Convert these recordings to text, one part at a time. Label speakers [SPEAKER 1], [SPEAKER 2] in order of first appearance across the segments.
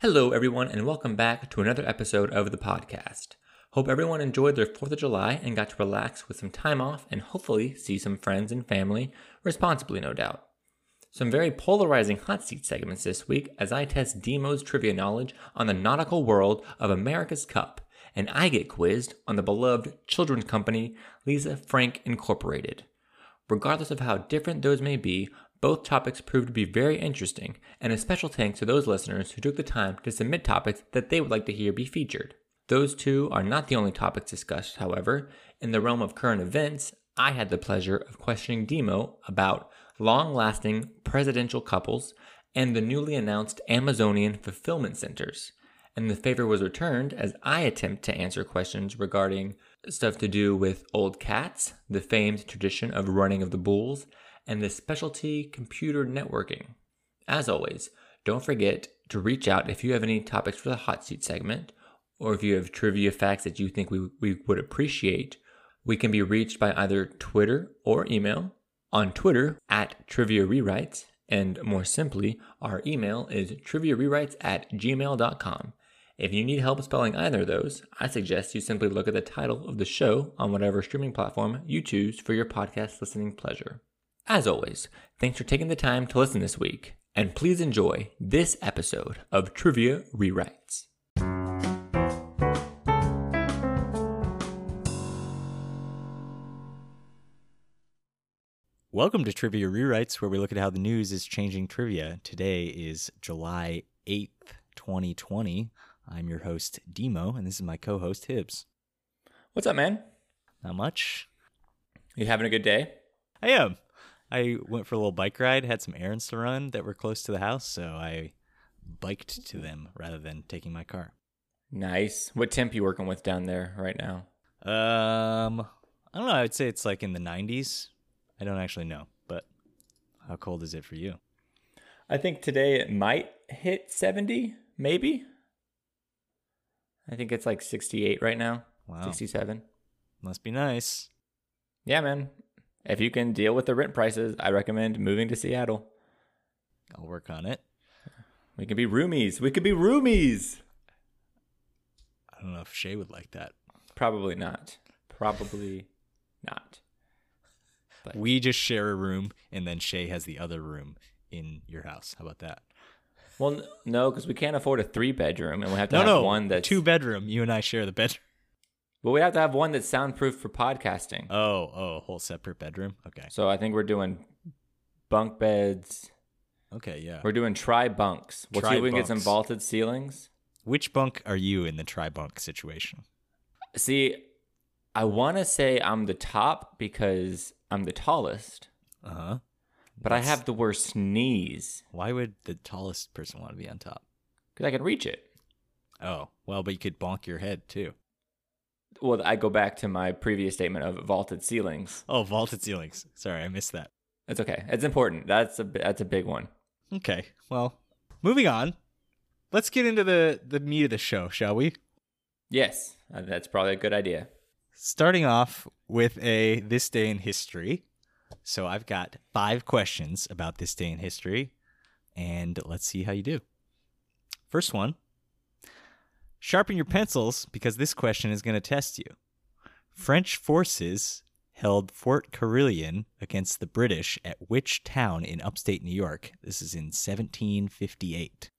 [SPEAKER 1] Hello, everyone, and welcome back to another episode of the podcast. Hope everyone enjoyed their 4th of July and got to relax with some time off and hopefully see some friends and family, responsibly, no doubt. Some very polarizing hot seat segments this week as I test Demo's trivia knowledge on the nautical world of America's Cup, and I get quizzed on the beloved children's company Lisa Frank Incorporated. Regardless of how different those may be, both topics proved to be very interesting, and a special thanks to those listeners who took the time to submit topics that they would like to hear be featured. Those two are not the only topics discussed, however. In the realm of current events, I had the pleasure of questioning Demo about long lasting presidential couples and the newly announced Amazonian fulfillment centers and the favor was returned as I attempt to answer questions regarding stuff to do with old cats, the famed tradition of running of the bulls, and the specialty computer networking. As always, don't forget to reach out if you have any topics for the hot seat segment, or if you have trivia facts that you think we, we would appreciate. We can be reached by either Twitter or email. On Twitter, at Trivia Rewrites, and more simply, our email is triviarewrites at gmail.com. If you need help spelling either of those, I suggest you simply look at the title of the show on whatever streaming platform you choose for your podcast listening pleasure. As always, thanks for taking the time to listen this week, and please enjoy this episode of Trivia Rewrites.
[SPEAKER 2] Welcome to Trivia Rewrites, where we look at how the news is changing trivia. Today is July 8th, 2020. I'm your host, Demo, and this is my co host, Hibbs.
[SPEAKER 1] What's up, man?
[SPEAKER 2] Not much?
[SPEAKER 1] You having a good day?
[SPEAKER 2] I am. I went for a little bike ride, had some errands to run that were close to the house, so I biked to them rather than taking my car.
[SPEAKER 1] Nice. What temp you working with down there right now?
[SPEAKER 2] Um, I don't know. I would say it's like in the 90s. I don't actually know, but how cold is it for you?
[SPEAKER 1] I think today it might hit 70, maybe. I think it's like 68 right now.
[SPEAKER 2] Wow.
[SPEAKER 1] 67.
[SPEAKER 2] Must be nice.
[SPEAKER 1] Yeah, man. If you can deal with the rent prices, I recommend moving to Seattle.
[SPEAKER 2] I'll work on it.
[SPEAKER 1] We can be roomies. We could be roomies.
[SPEAKER 2] I don't know if Shay would like that.
[SPEAKER 1] Probably not. Probably not.
[SPEAKER 2] We just share a room, and then Shay has the other room in your house. How about that?
[SPEAKER 1] Well, n- no, because we can't afford a three bedroom, and we have to
[SPEAKER 2] No,
[SPEAKER 1] have
[SPEAKER 2] no,
[SPEAKER 1] one that's
[SPEAKER 2] two bedroom. You and I share the bedroom.
[SPEAKER 1] But we have to have one that's soundproof for podcasting.
[SPEAKER 2] Oh, oh, a whole separate bedroom. Okay,
[SPEAKER 1] So I think we're doing bunk beds.
[SPEAKER 2] okay, yeah.
[SPEAKER 1] We're doing tri bunks. We'll see if we can get some
[SPEAKER 2] Tri-bunks.
[SPEAKER 1] vaulted ceilings.
[SPEAKER 2] Which bunk are you in the tri bunk situation?
[SPEAKER 1] See, I want to say I'm the top because I'm the tallest,
[SPEAKER 2] Uh huh.
[SPEAKER 1] but I have the worst knees
[SPEAKER 2] Why would the tallest person want to be on top?
[SPEAKER 1] because I can reach it.
[SPEAKER 2] Oh, well, but you could bonk your head too.
[SPEAKER 1] Well, I go back to my previous statement of vaulted ceilings.
[SPEAKER 2] Oh, vaulted ceilings. Sorry, I missed that.
[SPEAKER 1] That's okay. It's important. That's a that's a big one.
[SPEAKER 2] Okay, well, moving on. Let's get into the the meat of the show, shall we?
[SPEAKER 1] Yes, uh, that's probably a good idea.
[SPEAKER 2] Starting off with a this day in history. So I've got five questions about this day in history, and let's see how you do. First one Sharpen your pencils because this question is going to test you. French forces held Fort Carillon against the British at which town in upstate New York? This is in 1758.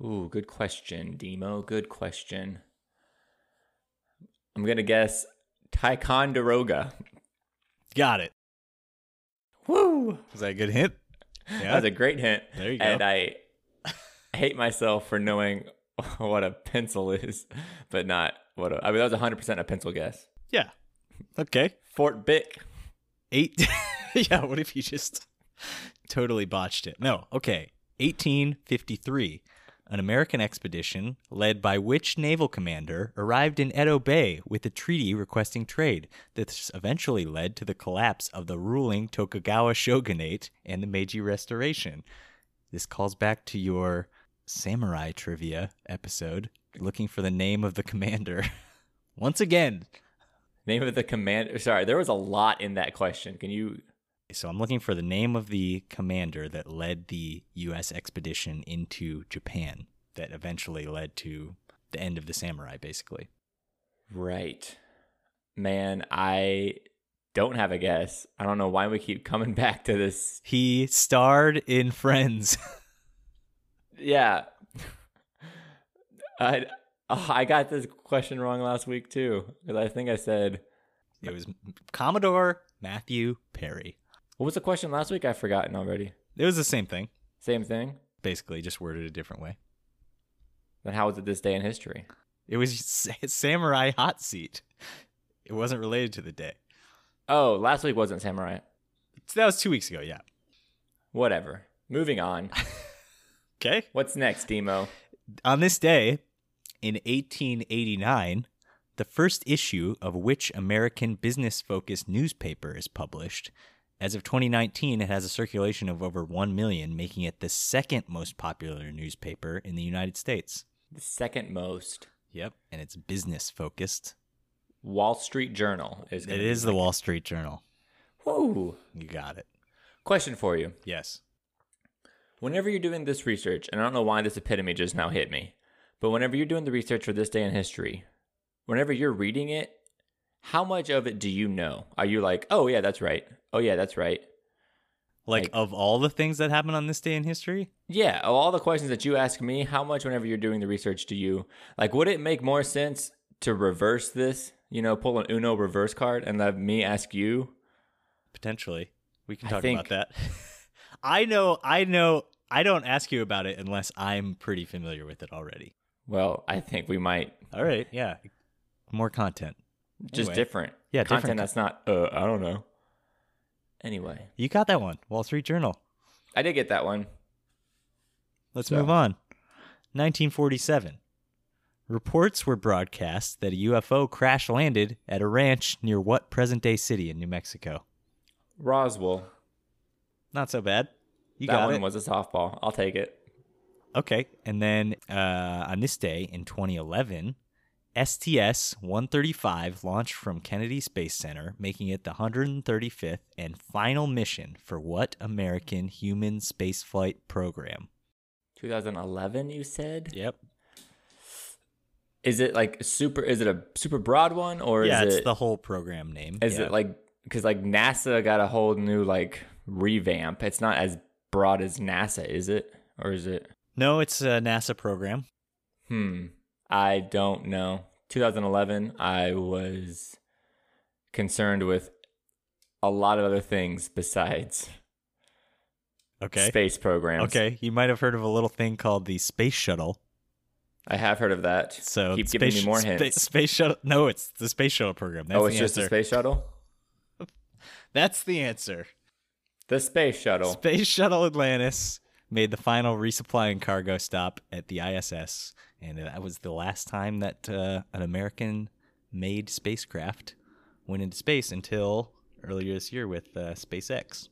[SPEAKER 1] Ooh, good question, Demo. Good question. I'm gonna guess Ticonderoga.
[SPEAKER 2] Got it.
[SPEAKER 1] Woo!
[SPEAKER 2] Was that a good hint?
[SPEAKER 1] That was a great hint.
[SPEAKER 2] There you
[SPEAKER 1] And
[SPEAKER 2] go.
[SPEAKER 1] I hate myself for knowing what a pencil is, but not what a, I mean, that was 100% a pencil guess.
[SPEAKER 2] yeah. Okay.
[SPEAKER 1] Fort Bick.
[SPEAKER 2] Eight. yeah, what if you just totally botched it? No, okay. 1853. An American expedition led by which naval commander arrived in Edo Bay with a treaty requesting trade? This eventually led to the collapse of the ruling Tokugawa shogunate and the Meiji Restoration. This calls back to your samurai trivia episode, looking for the name of the commander. Once again,
[SPEAKER 1] Name of the commander. Sorry, there was a lot in that question. Can you?
[SPEAKER 2] So I'm looking for the name of the commander that led the U.S. expedition into Japan. that eventually led to the end of the samurai, basically.
[SPEAKER 1] Right. Man, I don't have a guess. I don't know why we keep coming back to this.
[SPEAKER 2] He starred in Friends.
[SPEAKER 1] Yeah. I oh, I got this question wrong last week too cuz I think I said
[SPEAKER 2] it was Commodore Matthew Perry.
[SPEAKER 1] what was the question last week? I've forgotten already.
[SPEAKER 2] It was the same thing,
[SPEAKER 1] Same thing.
[SPEAKER 2] basically, just worded a different way.
[SPEAKER 1] Then how was it this day in history?
[SPEAKER 2] It was sa- Samurai Hot Seat. It wasn't related to the day.
[SPEAKER 1] Oh, last week wasn't samurai.
[SPEAKER 2] So that was two weeks ago, yeah.
[SPEAKER 1] Whatever. Moving on.
[SPEAKER 2] Okay.
[SPEAKER 1] What's next, Demo?
[SPEAKER 2] On this day, in 1889, the first issue of which American business focused newspaper is published. As of 2019, it has a circulation of over 1 million, making it the second most popular newspaper in the United States.
[SPEAKER 1] The second most
[SPEAKER 2] Yep. And it's business focused.
[SPEAKER 1] Wall Street Journal is
[SPEAKER 2] It is the Wall Street Journal.
[SPEAKER 1] Whoa.
[SPEAKER 2] You got it.
[SPEAKER 1] Question for you.
[SPEAKER 2] Yes.
[SPEAKER 1] Whenever you're doing this research, and I don't know why this epitome just now hit me, but whenever you're doing the research for this day in history, whenever you're reading it, how much of it do you know? Are you like, oh yeah, that's right. Oh yeah, that's right.
[SPEAKER 2] Like,
[SPEAKER 1] Like-
[SPEAKER 2] of all the things that happened on this day in history,
[SPEAKER 1] Yeah, of all the questions that you ask me, how much whenever you're doing the research do you like would it make more sense to reverse this? You know, pull an Uno reverse card and let me ask you?
[SPEAKER 2] potentially we can
[SPEAKER 1] I
[SPEAKER 2] talk
[SPEAKER 1] think-
[SPEAKER 2] about that i know i know i don't ask you about it unless i'm pretty familiar with it already
[SPEAKER 1] Well, I think we might
[SPEAKER 2] all right yeah more content
[SPEAKER 1] just
[SPEAKER 2] Anyway.
[SPEAKER 1] different.
[SPEAKER 2] Yeah,
[SPEAKER 1] content
[SPEAKER 2] different
[SPEAKER 1] that's not uh I don't know. Anyway,
[SPEAKER 2] you got that one wall street journal
[SPEAKER 1] I did get that one.
[SPEAKER 2] let's
[SPEAKER 1] So-
[SPEAKER 2] move on 1947 reports were broadcast that a ufo crash landed at a ranch near what present day city in new mexico
[SPEAKER 1] Roswell.
[SPEAKER 2] not so bad you
[SPEAKER 1] that
[SPEAKER 2] got
[SPEAKER 1] one
[SPEAKER 2] it.
[SPEAKER 1] was a softball. I'll take it.
[SPEAKER 2] Okay. And then uh, on this day in 2011, STS 135 launched from Kennedy Space Center, making it the 135th and final mission for what American human spaceflight program?
[SPEAKER 1] 2011, you said.
[SPEAKER 2] Yep.
[SPEAKER 1] Is it like super? Is it a super broad one, or
[SPEAKER 2] yeah,
[SPEAKER 1] is
[SPEAKER 2] it's
[SPEAKER 1] it?
[SPEAKER 2] the whole program name.
[SPEAKER 1] is
[SPEAKER 2] Yeah.
[SPEAKER 1] it like because like NASA got a whole new like revamp? It's not as broad as NASA, is it? Or is it?
[SPEAKER 2] No, it's a NASA program.
[SPEAKER 1] Hmm. I don't know. 2011, I was concerned with a lot of other things besides
[SPEAKER 2] Okay.
[SPEAKER 1] space programs.
[SPEAKER 2] Okay. You might have heard of a little thing called the Space Shuttle.
[SPEAKER 1] I have heard of that.
[SPEAKER 2] So
[SPEAKER 1] keep
[SPEAKER 2] space,
[SPEAKER 1] giving me more
[SPEAKER 2] spa-
[SPEAKER 1] hints.
[SPEAKER 2] space Shuttle. No, it's the Space Shuttle program. That's
[SPEAKER 1] oh, it's
[SPEAKER 2] the
[SPEAKER 1] just
[SPEAKER 2] answer.
[SPEAKER 1] the space shuttle.
[SPEAKER 2] That's the answer.
[SPEAKER 1] The space shuttle.
[SPEAKER 2] Space Shuttle Atlantis made the final resupply and cargo stop at the ISS, and that was the last time that uh, an American-made spacecraft went into space until earlier this year with uh, SpaceX,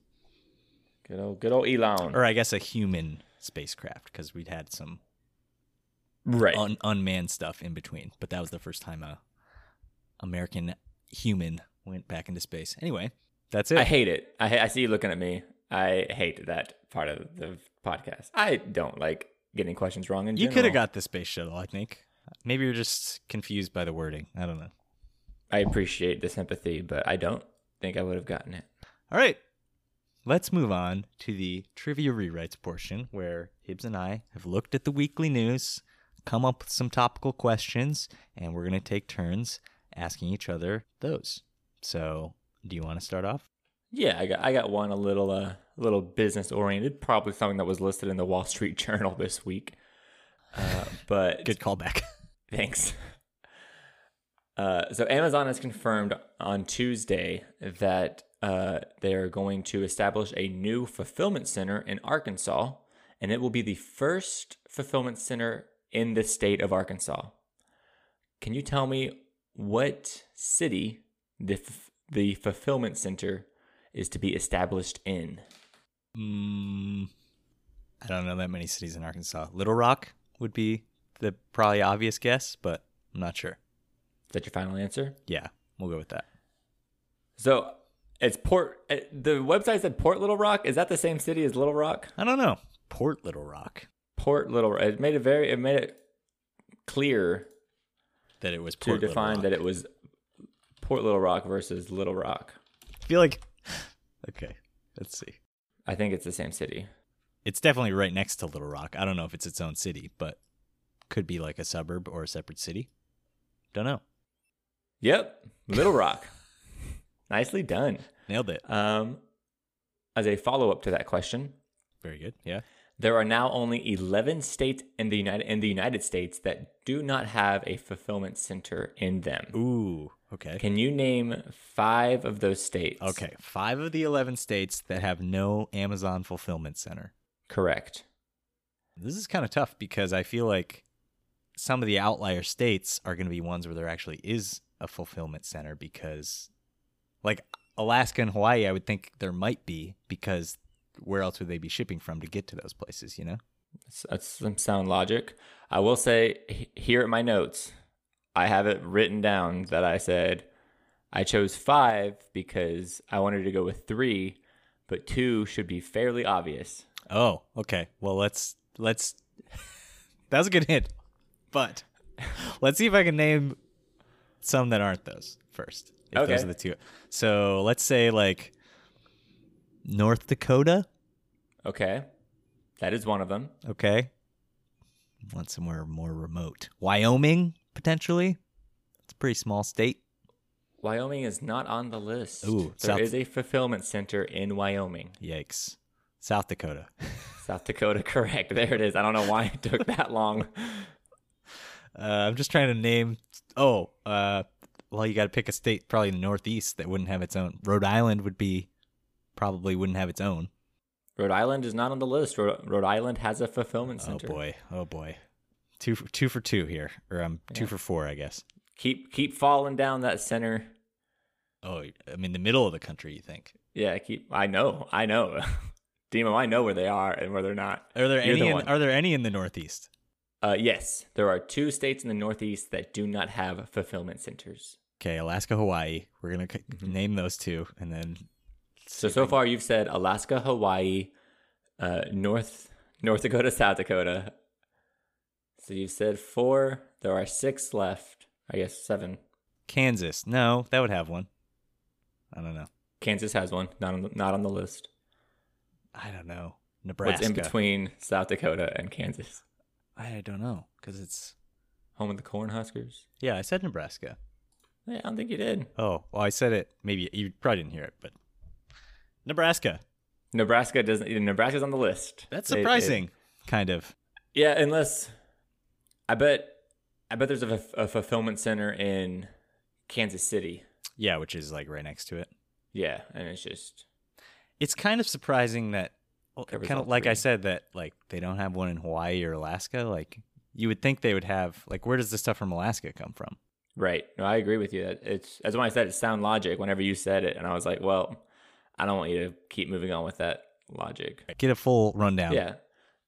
[SPEAKER 1] Good old, good old Elon.
[SPEAKER 2] or I guess a human spacecraft because we'd had some
[SPEAKER 1] Right.
[SPEAKER 2] un- unmanned stuff in between, but that was the first time a American human went back into space. Anyway, that's it.
[SPEAKER 1] I hate it. I, ha- I see you looking at me. I hate that part of the podcast. I don't like getting questions wrong. In
[SPEAKER 2] you could
[SPEAKER 1] general.
[SPEAKER 2] have got the space shuttle, I think. Maybe you're just confused by the wording. I don't know.
[SPEAKER 1] I appreciate the sympathy, but I don't think I would have gotten it.
[SPEAKER 2] All right. Let's move on to the trivia rewrites portion where Hibbs and I have looked at the weekly news, come up with some topical questions, and we're going to take turns asking each other those. So, do you want to start off?
[SPEAKER 1] Yeah, I got I got one a little uh, a little business oriented. Probably something that was listed in the Wall Street Journal this week. Uh, but
[SPEAKER 2] Good callback.
[SPEAKER 1] Thanks. Uh, so Amazon has confirmed on Tuesday that uh, they are going to establish a new fulfillment center in Arkansas, and it will be the first fulfillment center in the state of Arkansas. Can you tell me what city the f- the fulfillment center is to be established in?
[SPEAKER 2] mm, I don't know that many cities in Arkansas. Little Rock would be the probably obvious guess, but I'm not sure.
[SPEAKER 1] Is that your final answer?
[SPEAKER 2] Yeah, we'll go with that.
[SPEAKER 1] So it's Port. uh, The website said Port Little Rock. Is that the same city as Little Rock?
[SPEAKER 2] I don't know. Port Little Rock.
[SPEAKER 1] Port Little Rock. It made it very. It made it clear
[SPEAKER 2] That it was
[SPEAKER 1] to
[SPEAKER 2] Port Little
[SPEAKER 1] define
[SPEAKER 2] Rock.
[SPEAKER 1] that it was Port Little Rock versus Little Rock.
[SPEAKER 2] I feel like okay. Let's see.
[SPEAKER 1] I think it's the same city.
[SPEAKER 2] It's definitely right next to Little Rock. I don't know if it's its own city, but could be like a suburb or a separate city. Don't know.
[SPEAKER 1] Yep, Little Rock. Nicely done.
[SPEAKER 2] Nailed it.
[SPEAKER 1] Um, as a follow up to that question,
[SPEAKER 2] Very good. Yeah.
[SPEAKER 1] there are now only 11 states in the United in the United States that do not have a fulfillment center in them.
[SPEAKER 2] Ooh. Okay.
[SPEAKER 1] Can you name five of those states?
[SPEAKER 2] Okay. Five of the eleven states that have no Amazon fulfillment center.
[SPEAKER 1] Correct.
[SPEAKER 2] This is kind of tough because I feel like some of the outlier states are going to be ones where there actually is a fulfillment center because, like Alaska and Hawaii, I would think there might be because where else would they be shipping from to get to those places, you know?
[SPEAKER 1] That's, that's uh, some sound logic. I will say h- here at my notes, I have it written down that I said I chose five because I wanted to go with three, but two should be fairly obvious.
[SPEAKER 2] Oh, okay. Well, let's let's. that was a good hint, but let's see if I can name some that aren't those first. If
[SPEAKER 1] Okay.
[SPEAKER 2] Those are the two. So let's say like North Dakota.
[SPEAKER 1] Okay, that is one of them.
[SPEAKER 2] Okay. Want somewhere more remote. Wyoming potentially. It's a pretty small state.
[SPEAKER 1] Wyoming is not on the list.
[SPEAKER 2] Ooh,
[SPEAKER 1] there
[SPEAKER 2] South-
[SPEAKER 1] is a fulfillment center in Wyoming.
[SPEAKER 2] Yikes. South Dakota. Uh,
[SPEAKER 1] South Dakota, correct. There it is. I don't know why it took that long.
[SPEAKER 2] Uh, I'm just trying to name. Oh, uh, well, you got to pick a state probably in the Northeast that wouldn't have its own. Rhode Island would be probably wouldn't have its own.
[SPEAKER 1] Rhode Island is not on the list. Rhode, Rhode Island has a fulfillment center.
[SPEAKER 2] Oh boy. Oh boy. Two for two for two here, or um, two for four, I guess.
[SPEAKER 1] Keep keep falling down that center.
[SPEAKER 2] Oh, I mean the middle of the country. You think?
[SPEAKER 1] Yeah, keep. I know. I know. Demo, I know where they are and where they're not.
[SPEAKER 2] Are there
[SPEAKER 1] You're
[SPEAKER 2] any?
[SPEAKER 1] the
[SPEAKER 2] in,
[SPEAKER 1] one.
[SPEAKER 2] are there any in the Northeast?
[SPEAKER 1] Uh, yes, there are two states in the Northeast that do not have fulfillment centers.
[SPEAKER 2] Okay, Alaska, Hawaii. We're gonna c- name those two, and then
[SPEAKER 1] Mm-hmm. So so far, you've said Alaska, Hawaii, uh, North North Dakota, South Dakota. So you've said four. There are six left. I guess seven.
[SPEAKER 2] Kansas. No, that would have one. I don't know.
[SPEAKER 1] Kansas has one. Not on the, not on the list.
[SPEAKER 2] I don't know. Nebraska.
[SPEAKER 1] What's in between South Dakota and Kansas?
[SPEAKER 2] I don't know because it's.
[SPEAKER 1] Home of the Cornhuskers.
[SPEAKER 2] Yeah, I said Nebraska.
[SPEAKER 1] Yeah, I don't think you did.
[SPEAKER 2] Oh, well, I said it. Maybe you probably didn't hear it, but Nebraska.
[SPEAKER 1] Nebraska doesn't. Nebraska's on the list.
[SPEAKER 2] That's
[SPEAKER 1] It- it-
[SPEAKER 2] surprising, kind of.
[SPEAKER 1] Yeah, unless I bet I bet there's a, f- a fulfillment center in Kansas City.
[SPEAKER 2] Yeah, which is like right next to it.
[SPEAKER 1] Yeah, and it's just
[SPEAKER 2] It's kind of surprising that,
[SPEAKER 1] Covers
[SPEAKER 2] kind
[SPEAKER 1] all
[SPEAKER 2] of like I
[SPEAKER 1] three.
[SPEAKER 2] said, that like they don't have one in Hawaii or Alaska. Like you would think they would have. Like where does the stuff from Alaska come from?
[SPEAKER 1] right. No, I agree with you. That it's that's why I said it's sound logic. Whenever you said it, and I was like, well, I don't want you to keep moving on with that logic.
[SPEAKER 2] Get a full rundown.
[SPEAKER 1] Yeah.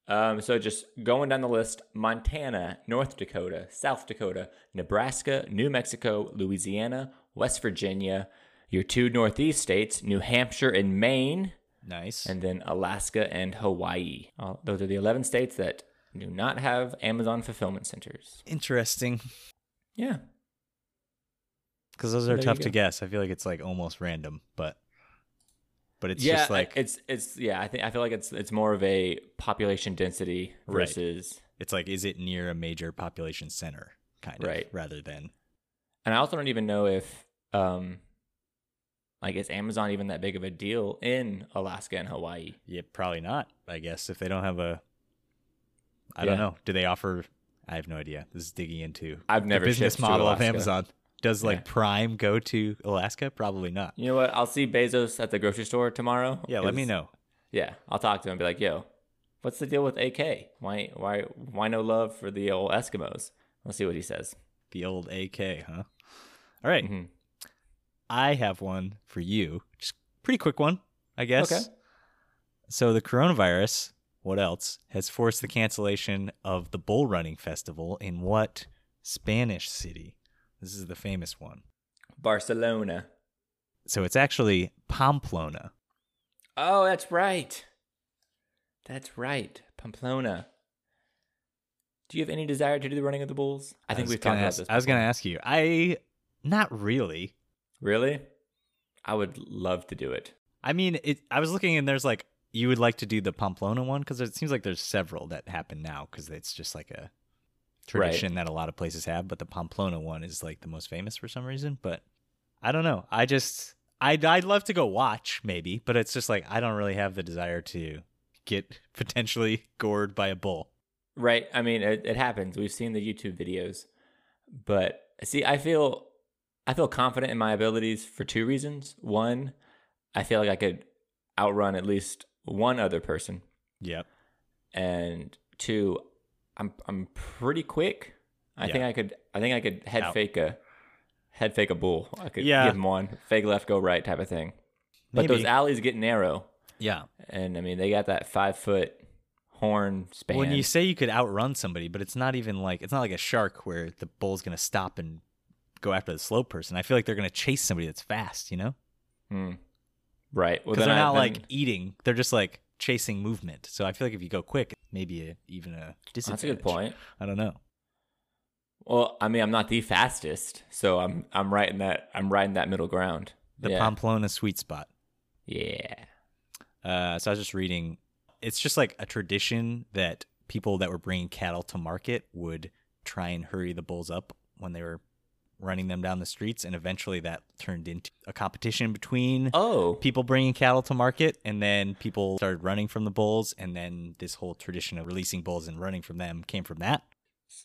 [SPEAKER 1] Um, so just going down the list Montana, North Dakota, South Dakota, Nebraska, New Mexico, Louisiana, West Virginia, your two Northeast states, New Hampshire and Maine,
[SPEAKER 2] Nice.
[SPEAKER 1] and then Alaska and Hawaii. Uh, those are the 11 states that do not have Amazon fulfillment centers.
[SPEAKER 2] Interesting.
[SPEAKER 1] Yeah.
[SPEAKER 2] because those
[SPEAKER 1] There
[SPEAKER 2] are
[SPEAKER 1] you
[SPEAKER 2] tough to
[SPEAKER 1] go.
[SPEAKER 2] guess. I feel like it's like almost random, but but it's
[SPEAKER 1] yeah,
[SPEAKER 2] just like
[SPEAKER 1] it's it's yeah, I think I feel like it's it's more of a population density
[SPEAKER 2] Right.
[SPEAKER 1] versus
[SPEAKER 2] it's like is it near a major population center kind of
[SPEAKER 1] Right.
[SPEAKER 2] rather than
[SPEAKER 1] And I also don't even know if, um, like, is Amazon even that big of a deal in Alaska and Hawaii?
[SPEAKER 2] yeah probably not. I guess if they don't have a, I don't
[SPEAKER 1] Yeah.
[SPEAKER 2] know. Do they offer? I have no idea. This is digging into
[SPEAKER 1] I've
[SPEAKER 2] the
[SPEAKER 1] never
[SPEAKER 2] business
[SPEAKER 1] shipped to
[SPEAKER 2] model of
[SPEAKER 1] Alaska.
[SPEAKER 2] Amazon. Does like
[SPEAKER 1] Yeah.
[SPEAKER 2] Prime go to Alaska? Probably not.
[SPEAKER 1] You know what? I'll see Bezos at the grocery store tomorrow.
[SPEAKER 2] Yeah, let me
[SPEAKER 1] 'cause-
[SPEAKER 2] know.
[SPEAKER 1] Yeah, I'll talk to him and be like, "Yo, what's the deal with AK? Why, why, why no love for the old Eskimos?" We'll see what he says.
[SPEAKER 2] The old AK, huh? All right.
[SPEAKER 1] Mhm.
[SPEAKER 2] I have one for you. Just pretty quick one, I guess.
[SPEAKER 1] Okay.
[SPEAKER 2] So the coronavirus, what else, has forced the cancellation of the bull running festival in what Spanish city? This is the famous one.
[SPEAKER 1] Barcelona.
[SPEAKER 2] So it's actually Pamplona.
[SPEAKER 1] Oh, that's right. That's right. Pamplona. Do you have any desire to do the running of the bulls? I think
[SPEAKER 2] was
[SPEAKER 1] we've
[SPEAKER 2] gonna
[SPEAKER 1] talked about
[SPEAKER 2] ask-
[SPEAKER 1] this.
[SPEAKER 2] I was going to ask you. I not really.
[SPEAKER 1] Really? I would love to do it.
[SPEAKER 2] I mean, it, I was looking and there's like you would like to do the Pamplona one because it seems like there's several that happen now because it's just like a tradition that a lot of places have. But the Pamplona one is like the most famous for some reason. But I don't know. I just I'd I'd love to go watch maybe, but it's just like I don't really have the desire to get potentially gored by a bull.
[SPEAKER 1] Right. I mean, it, it happens. We've seen the YouTube videos, but see, I feel, I feel confident in my abilities for two reasons. One, I feel like I could outrun at least one other person,
[SPEAKER 2] Yep.
[SPEAKER 1] and two, I'm I'm pretty quick. I
[SPEAKER 2] Yeah.
[SPEAKER 1] think I could. I think I could head
[SPEAKER 2] Out.
[SPEAKER 1] fake a, head fake a bull. I could
[SPEAKER 2] Yeah.
[SPEAKER 1] give him one fake left, go right type of thing. But
[SPEAKER 2] Maybe.
[SPEAKER 1] those alleys get narrow,
[SPEAKER 2] yeah.
[SPEAKER 1] and I mean they got that five foot horn span.
[SPEAKER 2] When you say you could outrun somebody, but it's not even like it's not like a shark where the bull's gonna stop and go after the slow person. I feel like they're gonna chase somebody that's fast, you know?
[SPEAKER 1] Hmm. Right. Well,
[SPEAKER 2] Because they're
[SPEAKER 1] I-
[SPEAKER 2] not like eating; they're just like chasing movement. So I feel like if you go quick, maybe a, even a disadvantage.
[SPEAKER 1] that's a good point.
[SPEAKER 2] I don't know.
[SPEAKER 1] Well, I mean, I'm not the fastest, so I'm I'm right in that I'm right in that middle ground.
[SPEAKER 2] The
[SPEAKER 1] yeah.
[SPEAKER 2] Pamplona sweet spot.
[SPEAKER 1] Yeah.
[SPEAKER 2] Uh, so I was just reading. It's just like a tradition that people that were bringing cattle to market would try and hurry the bulls up when they were running them down the streets, and eventually that turned into a competition between
[SPEAKER 1] Oh,
[SPEAKER 2] people bringing cattle to market, and then people started running from the bulls, and then this whole tradition of releasing bulls and running from them came from that.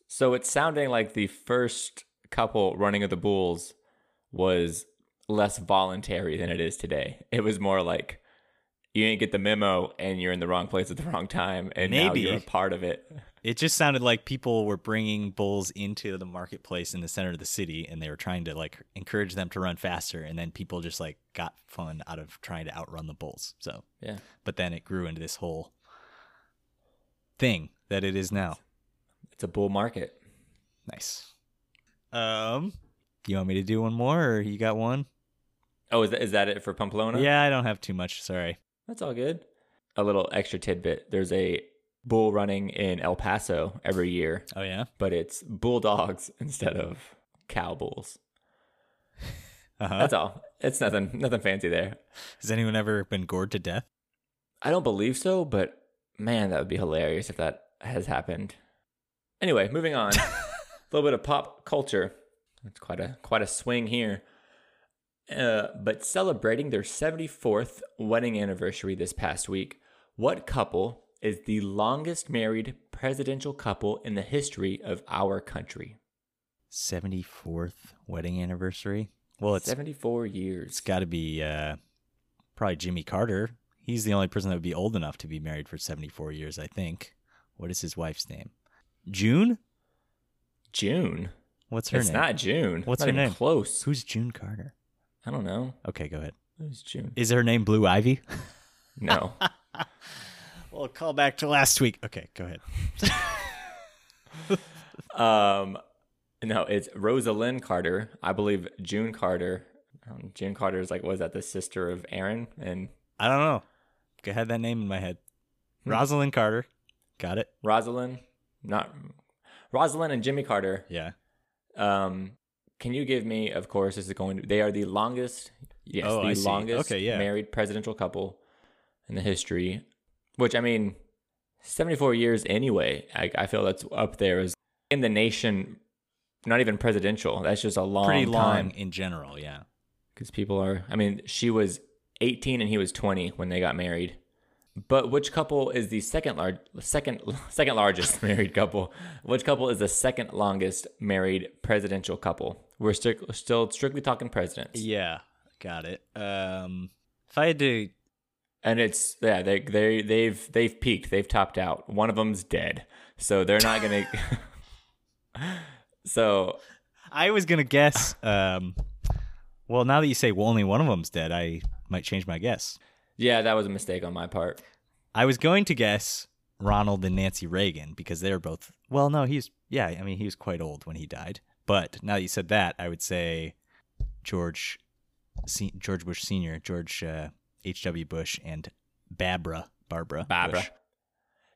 [SPEAKER 1] so it's sounding like the first couple running of the bulls was less voluntary than it is today. It was more like you didn't get the memo and you're in the wrong place at the wrong time, and now
[SPEAKER 2] Maybe.
[SPEAKER 1] you're a part of it.
[SPEAKER 2] It just sounded like people were bringing bulls into the marketplace in the center of the city, and they were trying to like encourage them to run faster, and then people just like got fun out of trying to outrun the bulls. So,
[SPEAKER 1] Yeah.
[SPEAKER 2] but then it grew into this whole thing that it is now.
[SPEAKER 1] It's a bull market.
[SPEAKER 2] Nice. Um, you want me to do one more, or you got one?
[SPEAKER 1] Oh, is that, is that it for Pamplona?
[SPEAKER 2] Yeah, I don't have too much. Sorry.
[SPEAKER 1] That's all good. A little extra tidbit. There's a bull running in El Paso every year,
[SPEAKER 2] Oh yeah.
[SPEAKER 1] but it's bulldogs instead of cow bulls.
[SPEAKER 2] Uh-huh.
[SPEAKER 1] That's all. It's nothing nothing fancy there.
[SPEAKER 2] Has anyone ever been gored to death?
[SPEAKER 1] I don't believe so, but man, that would be hilarious if that has happened. Anyway, moving on. a little bit of pop culture. That's quite a quite a swing here. Uh, but celebrating their 74th wedding anniversary this past week, what couple is the longest married presidential couple in the history of our country?
[SPEAKER 2] Seventy fourth wedding anniversary. Well, it's
[SPEAKER 1] 74
[SPEAKER 2] It's
[SPEAKER 1] years.
[SPEAKER 2] got to be uh, probably Jimmy Carter. He's the only person that would be old enough to be married for 74 years, I think. What is his wife's name? June?
[SPEAKER 1] June.
[SPEAKER 2] What's her
[SPEAKER 1] It's
[SPEAKER 2] name?
[SPEAKER 1] not June.
[SPEAKER 2] What's
[SPEAKER 1] not
[SPEAKER 2] her
[SPEAKER 1] even
[SPEAKER 2] name?
[SPEAKER 1] Close.
[SPEAKER 2] Who's June Carter?
[SPEAKER 1] I don't know.
[SPEAKER 2] Okay, go ahead.
[SPEAKER 1] Who's June?
[SPEAKER 2] Is her name Blue Ivy?
[SPEAKER 1] No.
[SPEAKER 2] well, call back to last week. Okay, go ahead.
[SPEAKER 1] Um, no, it's Rosalind Carter. I believe June Carter. Um, June Carter is like was that the sister of Aaron? And
[SPEAKER 2] I don't know. I had that name in my head.
[SPEAKER 1] Hmm.
[SPEAKER 2] Rosalind Carter. Got it?
[SPEAKER 1] Rosalind, not Rosalind and Jimmy Carter.
[SPEAKER 2] Yeah.
[SPEAKER 1] Um, can you give me? Of course, this is going. to They are the longest. Yes,
[SPEAKER 2] Oh,
[SPEAKER 1] the
[SPEAKER 2] I see.
[SPEAKER 1] longest
[SPEAKER 2] Okay, yeah.
[SPEAKER 1] married presidential couple in the history. Which I mean, seventy-four years anyway. I, I feel that's up there as in the nation. Not even presidential. That's just a long,
[SPEAKER 2] Pretty long
[SPEAKER 1] time.
[SPEAKER 2] in general, yeah.
[SPEAKER 1] because people are i mean she was 18 and he was 20 when they got married but which couple is the second large second second largest married couple which couple is the second longest married presidential couple we're stric- still strictly talking presidents
[SPEAKER 2] Yeah, got it. Um, if I had to
[SPEAKER 1] and it's yeah they they they've they've peaked they've topped out one of them's dead so they're not gonna so
[SPEAKER 2] I was gonna guess. Um, well, now that you say well, only one of them's dead, I might change my guess.
[SPEAKER 1] yeah that was a mistake on my part
[SPEAKER 2] I was going to guess Ronald and Nancy Reagan because they're both. Well, no, he's yeah. I mean, he was quite old when he died. But now that you said that, I would say George, Se- George Bush Senior, George uh, H. W. Bush, and Barbara, Barbara,
[SPEAKER 1] Barbara.
[SPEAKER 2] Bush.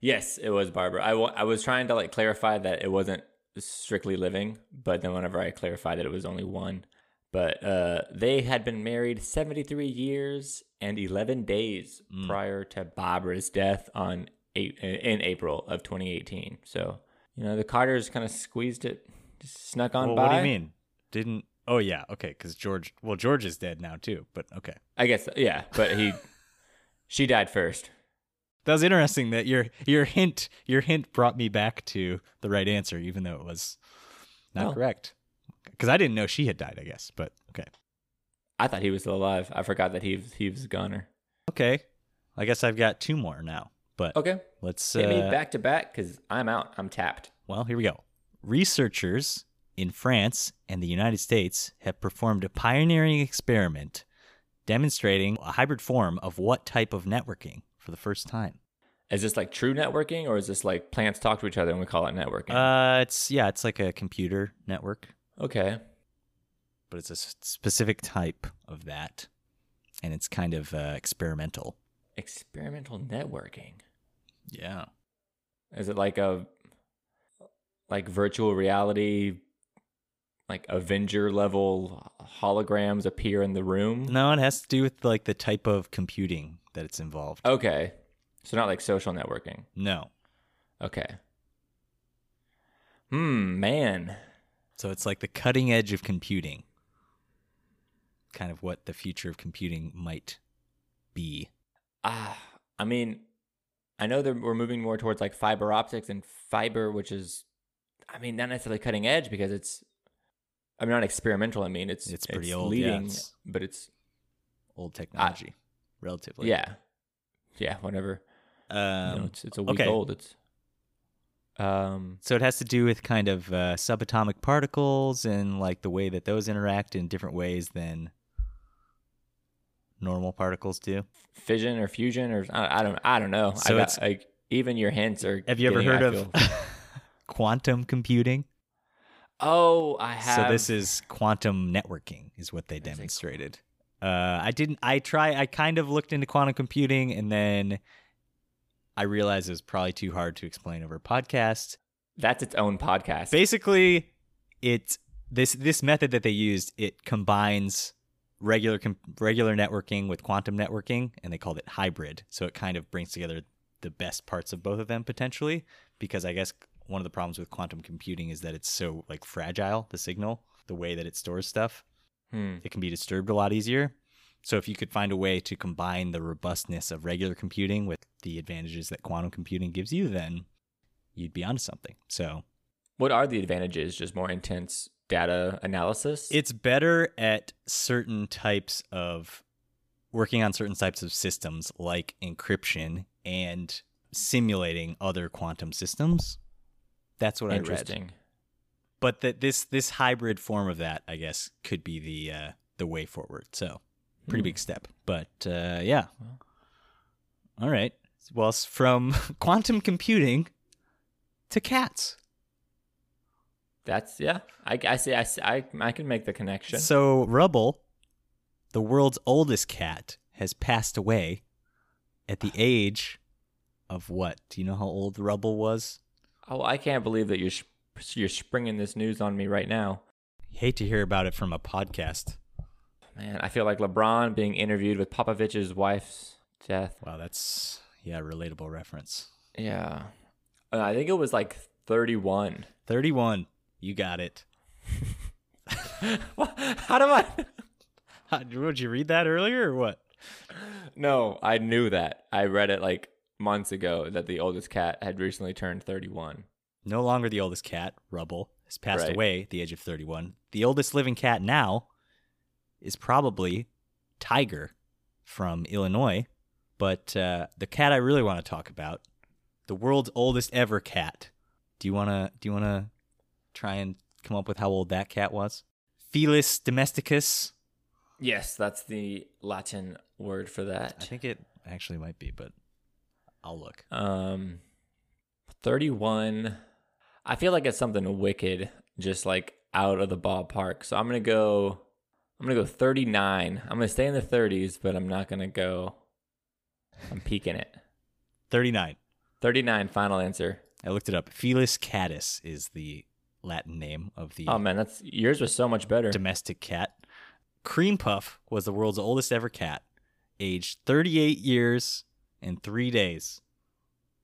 [SPEAKER 1] Yes, it was Barbara. I wa- I was trying to like clarify that it wasn't strictly living, but then whenever I clarified that it was only one, but uh, they had been married 73 years and 11 days
[SPEAKER 2] Mm.
[SPEAKER 1] prior to Barbara's death on eight, in April of 2018. So you know the Carters kind of squeezed it, just snuck on
[SPEAKER 2] Well,
[SPEAKER 1] by.
[SPEAKER 2] what do you mean? Didn't? Oh yeah, okay. Because George, well, George is dead now too. But okay,
[SPEAKER 1] I guess yeah, but he she died first.
[SPEAKER 2] that was interesting. That your your hint your hint brought me back to the right answer, even though it was not
[SPEAKER 1] Oh.
[SPEAKER 2] correct. Because I didn't know she had died. I guess, but okay,
[SPEAKER 1] I thought he was still alive. I forgot that he he was a goner.
[SPEAKER 2] okay. I guess I've got two more now. But
[SPEAKER 1] Okay,
[SPEAKER 2] let's
[SPEAKER 1] hit me
[SPEAKER 2] uh,
[SPEAKER 1] back to back because I'm out. I'm tapped.
[SPEAKER 2] Well, here we go. Researchers in France and the United States have performed a pioneering experiment demonstrating a hybrid form of what type of networking for the first time.
[SPEAKER 1] Is this like true networking or is this like plants talk to each other and we call it networking?
[SPEAKER 2] Uh, it's yeah, it's like a computer network,
[SPEAKER 1] okay.
[SPEAKER 2] but it's a s- specific type of that, and it's kind of uh, experimental.
[SPEAKER 1] Experimental networking.
[SPEAKER 2] Yeah.
[SPEAKER 1] Is it like a like virtual reality like Avenger level holograms appear in the room?
[SPEAKER 2] No, it has to do with like the type of computing that it's involved.
[SPEAKER 1] Okay. So not like social networking.
[SPEAKER 2] No,
[SPEAKER 1] Okay. Hmm, man.
[SPEAKER 2] So it's like the cutting edge of computing. Kind of what the future of computing might be.
[SPEAKER 1] Ah, I mean, I know that we're moving more towards like fiber optics and fiber, which is, I mean, not necessarily cutting edge because it's, I mean, not experimental. I mean, it's
[SPEAKER 2] It's pretty old, yeah,
[SPEAKER 1] leading,
[SPEAKER 2] it's-
[SPEAKER 1] but it's
[SPEAKER 2] Old technology, relatively.
[SPEAKER 1] yeah, yeah, whatever.
[SPEAKER 2] Um,
[SPEAKER 1] you know, it's it's a week
[SPEAKER 2] okay.
[SPEAKER 1] old. It's um,
[SPEAKER 2] so it has to do with kind of uh, subatomic particles and like the way that those interact in different ways than normal particles do.
[SPEAKER 1] fission or fusion or I, I don't I don't know.
[SPEAKER 2] So
[SPEAKER 1] I got,
[SPEAKER 2] it's-
[SPEAKER 1] like even your hints are.
[SPEAKER 2] Have you ever
[SPEAKER 1] getting-
[SPEAKER 2] heard
[SPEAKER 1] I
[SPEAKER 2] of
[SPEAKER 1] feel-
[SPEAKER 2] quantum computing?
[SPEAKER 1] oh, I have.
[SPEAKER 2] So this is quantum networking, is what they
[SPEAKER 1] That's like-
[SPEAKER 2] demonstrated. Uh, I didn't. I try. I kind of looked into quantum computing, and then I realized it was probably too hard to explain over a podcast.
[SPEAKER 1] that's its own podcast.
[SPEAKER 2] Basically, it this this method that they used it combines regular com- regular networking with quantum networking, and they called it hybrid. So it kind of brings together the best parts of both of them potentially, because I guess one of the problems with quantum computing is that it's so like fragile. The signal, the way that it stores stuff,
[SPEAKER 1] Hmm.
[SPEAKER 2] it can be disturbed a lot easier. So if you could find a way to combine the robustness of regular computing with the advantages that quantum computing gives you, then you'd be onto something. So
[SPEAKER 1] What are the advantages? Just more intense data analysis.
[SPEAKER 2] it's better at certain types of working on certain types of systems like encryption and simulating other quantum systems. That's what I read.
[SPEAKER 1] interesting.
[SPEAKER 2] But that this this hybrid form of that, I guess, could be the uh, the way forward. So pretty
[SPEAKER 1] Hmm.
[SPEAKER 2] big step. But uh, yeah.
[SPEAKER 1] Well.
[SPEAKER 2] All right. Well, s- from quantum computing to cats.
[SPEAKER 1] That's yeah. I I see. I see, I I can make the connection.
[SPEAKER 2] So Rubble, the world's oldest cat, has passed away at the age of what? Do you know how old Rubble was?
[SPEAKER 1] oh, I can't believe that you're sh- you're springing this news on me right now,
[SPEAKER 2] Hate to hear about it from a podcast.
[SPEAKER 1] man. I feel like LeBron being interviewed with Popovich's wife's death.
[SPEAKER 2] Wow, that's yeah, relatable reference.
[SPEAKER 1] Yeah, Uh, I think it was like thirty-one.
[SPEAKER 2] 31. You got it.
[SPEAKER 1] What? How do I?
[SPEAKER 2] Would you read that earlier or what?
[SPEAKER 1] no, I knew that. I read it like months ago that the oldest cat had recently turned thirty-one.
[SPEAKER 2] no longer the oldest cat, Rubble, has passed
[SPEAKER 1] Right.
[SPEAKER 2] away at the age of 31. The oldest living cat now is probably Tiger from Illinois. But uh, the cat I really want to talk about, the world's oldest ever cat. Do you wanna do you wanna try and come up with how old that cat was? Felis domesticus.
[SPEAKER 1] Yes, that's the Latin word for that.
[SPEAKER 2] I think it actually might be, but I'll look.
[SPEAKER 1] Um, 31. I feel like it's something wicked, just like out of the ballpark. So I'm gonna go. I'm gonna go 39. I'm gonna stay in the 30s, but I'm not gonna go. I'm peeking it.
[SPEAKER 2] Thirty nine.
[SPEAKER 1] 39, final answer.
[SPEAKER 2] I looked it up. Felis catus is the Latin name of the
[SPEAKER 1] Oh man, that's yours was so much better.
[SPEAKER 2] domestic cat. Cream Puff was the world's oldest ever cat, aged 38 years and three days.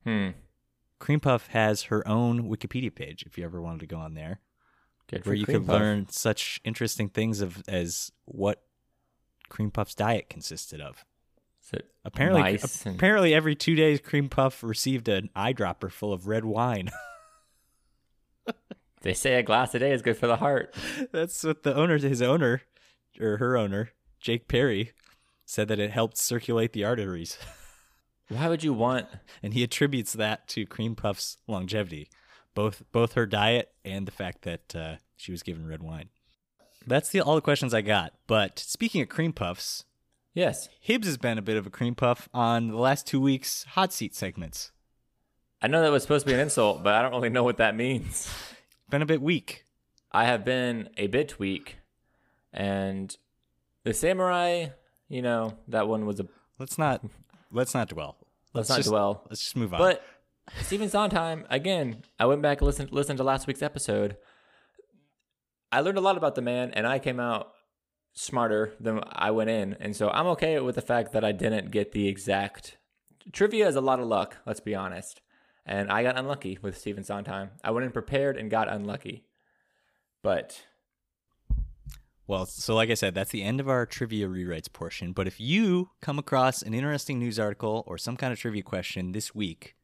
[SPEAKER 1] Hmm.
[SPEAKER 2] Cream Puff has her own Wikipedia page if you ever wanted to go on there,
[SPEAKER 1] Good for
[SPEAKER 2] where you
[SPEAKER 1] Cream
[SPEAKER 2] could
[SPEAKER 1] Puff.
[SPEAKER 2] learn such interesting things of as what Cream Puff's diet consisted of.
[SPEAKER 1] Is it
[SPEAKER 2] Apparently,
[SPEAKER 1] mice and-
[SPEAKER 2] apparently every two days, Cream Puff received an eyedropper full of red wine.
[SPEAKER 1] they say a glass a day is good for the heart.
[SPEAKER 2] That's what the owner, his owner, or her owner, Jake Perry, said that it helped circulate the arteries.
[SPEAKER 1] Why would you want?
[SPEAKER 2] and he attributes that to Cream Puff's longevity, both both her diet and the fact that uh, she was given red wine. That's the all the questions I got. But speaking of Cream Puffs,
[SPEAKER 1] Yes,
[SPEAKER 2] Hibbs has been a bit of a Cream Puff on the last two weeks' hot seat segments.
[SPEAKER 1] I know that was supposed to be an insult, but I don't really know what that means.
[SPEAKER 2] Been a bit weak.
[SPEAKER 1] I have been a bit weak, and the samurai. You know that one was a.
[SPEAKER 2] Let's not let's not dwell.
[SPEAKER 1] Let's, not
[SPEAKER 2] just,
[SPEAKER 1] dwell.
[SPEAKER 2] Let's just move on.
[SPEAKER 1] But Stephen Sondheim, again, I went back and listened listened to last week's episode. I learned a lot about the man, and I came out smarter than I went in, and so I'm okay with the fact that I didn't get the exact trivia. Is a lot of luck, let's be honest, and I got unlucky with Stephen Sondheim. I went in prepared and got unlucky, but
[SPEAKER 2] Well, so like I said, that's the end of our trivia rewrites portion. But if you come across an interesting news article or some kind of trivia question this week,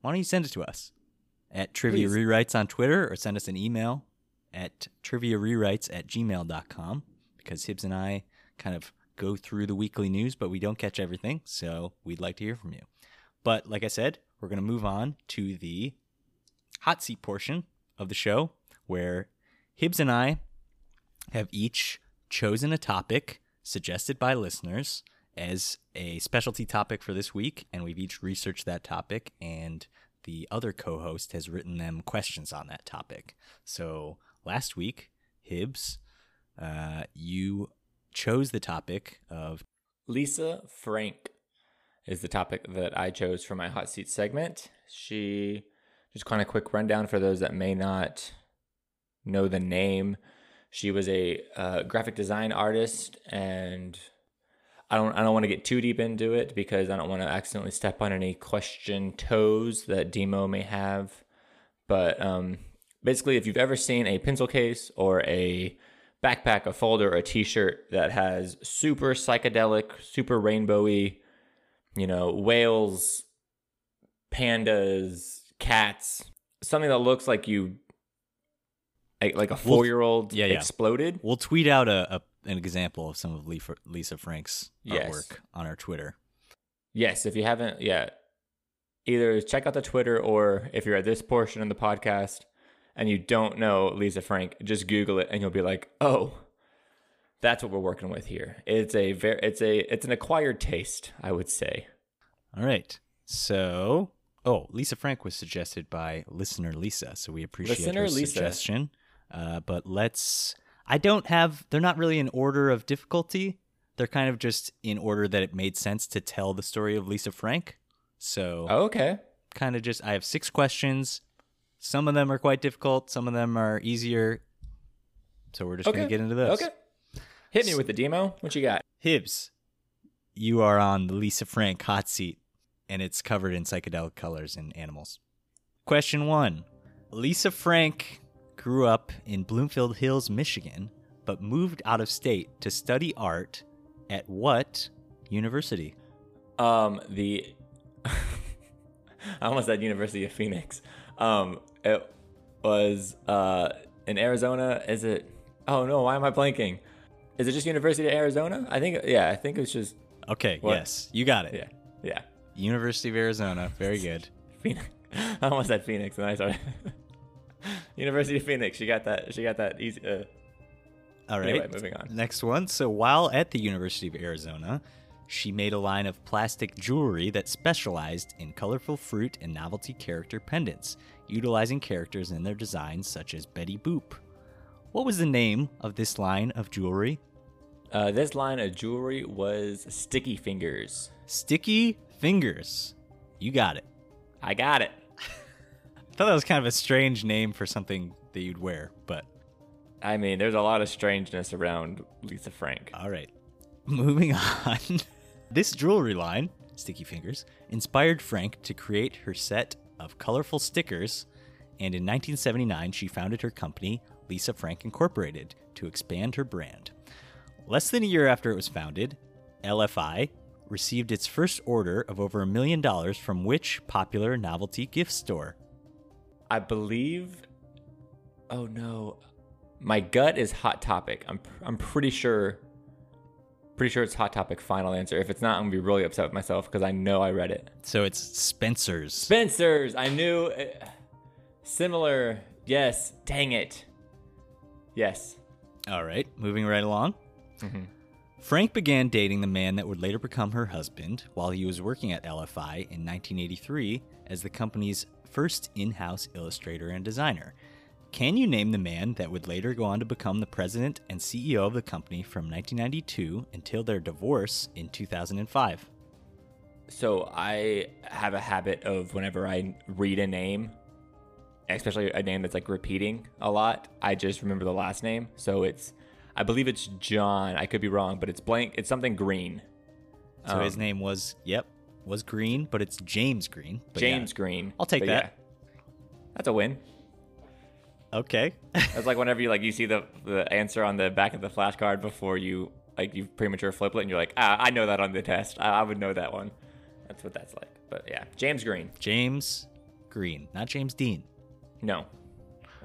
[SPEAKER 2] why don't you send it to us at trivia
[SPEAKER 1] Please.
[SPEAKER 2] rewrites on Twitter or send us an email at trivia rewrites at gmail.com because Hibbs and I kind of go through the weekly news, but we don't catch everything. So we'd like to hear from you. But like I said, we're going to move on to the hot seat portion of the show where Hibbs and I have each chosen a topic suggested by listeners as a specialty topic for this week, and we've each researched that topic, and the other co host has written them questions on that topic. So last week, Hibbs, uh, you chose the topic of
[SPEAKER 1] Lisa Frank is the topic that I chose for my hot seat segment. She just kind of quick rundown for those that may not know the name. She was a uh, graphic design artist, and I don't I don't want to get too deep into it because I don't want to accidentally step on any question toes that Demo may have. But um, basically, if you've ever seen a pencil case or a backpack, a folder, or a T-shirt that has super psychedelic, super rainbowy, you know, whales, pandas, cats, something that looks like you, like like a four-year-old
[SPEAKER 2] yeah, yeah.
[SPEAKER 1] exploded.
[SPEAKER 2] We'll tweet out a, a an example of some of Lisa Lisa Frank's
[SPEAKER 1] Yes.
[SPEAKER 2] artwork on our Twitter.
[SPEAKER 1] Yes, if you haven't yet, either check out the Twitter or if you're at this portion of the podcast and you don't know Lisa Frank, just Google it and you'll be like, oh, that's what we're working with here. It's a very, it's a, it's an acquired taste, I would say.
[SPEAKER 2] All right. So, oh, Lisa Frank was suggested by listener Lisa, so we appreciate
[SPEAKER 1] Listener
[SPEAKER 2] her
[SPEAKER 1] Lisa.
[SPEAKER 2] suggestion. Uh, but let's. I don't have. They're not really in order of difficulty. They're kind of just in order that it made sense to tell the story of Lisa Frank. So,
[SPEAKER 1] Okay.
[SPEAKER 2] kind of just. I have six questions. Some of them are quite difficult. Some of them are easier. So we're just
[SPEAKER 1] Okay.
[SPEAKER 2] gonna get into this.
[SPEAKER 1] Okay. Hit me with the demo. What you got?
[SPEAKER 2] Hibbs, you are on the Lisa Frank hot seat, and it's covered in psychedelic colors and animals. Question one Lisa Frank grew up in Bloomfield Hills, Michigan, but moved out of state to study art at what university?
[SPEAKER 1] Um, the, I almost said University of Phoenix. Um, it was, uh, in Arizona. Is it, oh no, why am I blanking? Is it just University of Arizona? I think, yeah, I think it's just,
[SPEAKER 2] Okay,
[SPEAKER 1] What?
[SPEAKER 2] yes, you got it.
[SPEAKER 1] yeah, yeah.
[SPEAKER 2] University of Arizona. Very good.
[SPEAKER 1] Phoenix. I almost said Phoenix and I started. University of Phoenix. She got that. She got that easy. Uh,
[SPEAKER 2] All right.
[SPEAKER 1] Anyway, moving on.
[SPEAKER 2] Next one. So while at the University of Arizona, she made a line of plastic jewelry that specialized in colorful fruit and novelty character pendants, utilizing characters in their designs such as Betty Boop. What was the name of this line of jewelry?
[SPEAKER 1] uh, this line of jewelry was sticky fingers.
[SPEAKER 2] Sticky Fingers. You got it.
[SPEAKER 1] I got it.
[SPEAKER 2] I thought that was kind of a strange name for something that you'd wear, but
[SPEAKER 1] I mean, there's a lot of strangeness around Lisa Frank.
[SPEAKER 2] all right. Moving on. this jewelry line, Sticky Fingers, inspired Frank to create her set of colorful stickers, and in 1979 she founded her company, Lisa Frank Incorporated, to expand her brand. Less than a year after it was founded, LFI received its first order of over a million dollars from which popular novelty gift store?
[SPEAKER 1] I believe. Oh no, my gut is Hot Topic. I'm pr- I'm pretty sure. Pretty sure it's Hot Topic. Final answer. If it's not, I'm gonna be really upset with myself because I know I read it.
[SPEAKER 2] So it's Spencer's.
[SPEAKER 1] Spencer's. I knew. uh, similar. Yes. Dang it. Yes.
[SPEAKER 2] All right, moving right along. Frank began dating the man that would later become her husband while he was working at LFI in 1983 as the company's first in house illustrator and designer. Can you name the man that would later go on to become the president and CEO of the company from 1992 until their divorce in 2005?
[SPEAKER 1] So I have a habit of whenever I read a name, especially a name that's like repeating a lot, I just remember the last name. So it's, I believe it's John. I could be wrong, but it's blank. It's something green.
[SPEAKER 2] So his name was, yep, was Green, but it's James Green. But yeah.
[SPEAKER 1] James Green.
[SPEAKER 2] I'll take
[SPEAKER 1] But
[SPEAKER 2] that.
[SPEAKER 1] That's a win.
[SPEAKER 2] Okay.
[SPEAKER 1] That's like whenever you like you see the the answer on the back of the flashcard before you like you premature flip it and you're like, ah, I know that on the test. I, I would know that one. That's what that's like. But yeah, James Green.
[SPEAKER 2] James Green, not James Dean.
[SPEAKER 1] No,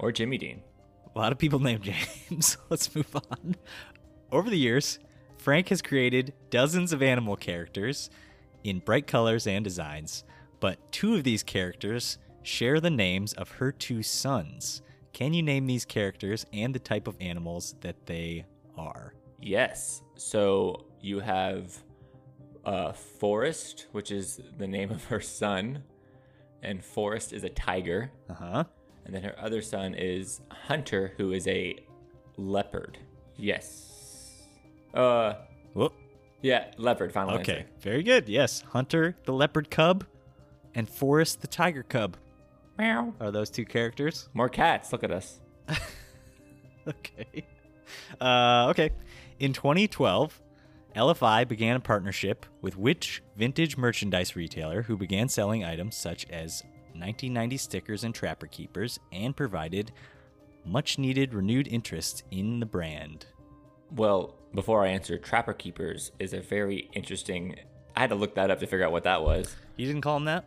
[SPEAKER 1] or Jimmy Dean.
[SPEAKER 2] A lot of people named James. Let's move on. Over the years, Frank has created dozens of animal characters in bright colors and designs, but two of these characters share the names of her two sons. Can you name these characters and the type of animals that they are?
[SPEAKER 1] Yes. So you have uh, Forrest, which is the name of her son, and Forrest is a tiger,
[SPEAKER 2] Uh huh.
[SPEAKER 1] and then her other son is Hunter, who is a leopard. Yes. Uh,
[SPEAKER 2] Whoop.
[SPEAKER 1] yeah, leopard. Final
[SPEAKER 2] Okay.
[SPEAKER 1] answer.
[SPEAKER 2] Very good. Yes. Hunter, the leopard cub, and Forrest, the tiger cub
[SPEAKER 1] Meow.
[SPEAKER 2] are those two characters.
[SPEAKER 1] More cats. Look at us.
[SPEAKER 2] okay. Uh, okay. In 2012, LFI began a partnership with which vintage merchandise retailer who began selling items such as 1990 stickers and trapper keepers and provided much needed renewed interest in the brand.
[SPEAKER 1] Well, before I answer, Trapper Keepers is a very interesting. I had to look that up to figure out what that was.
[SPEAKER 2] You didn't call him that?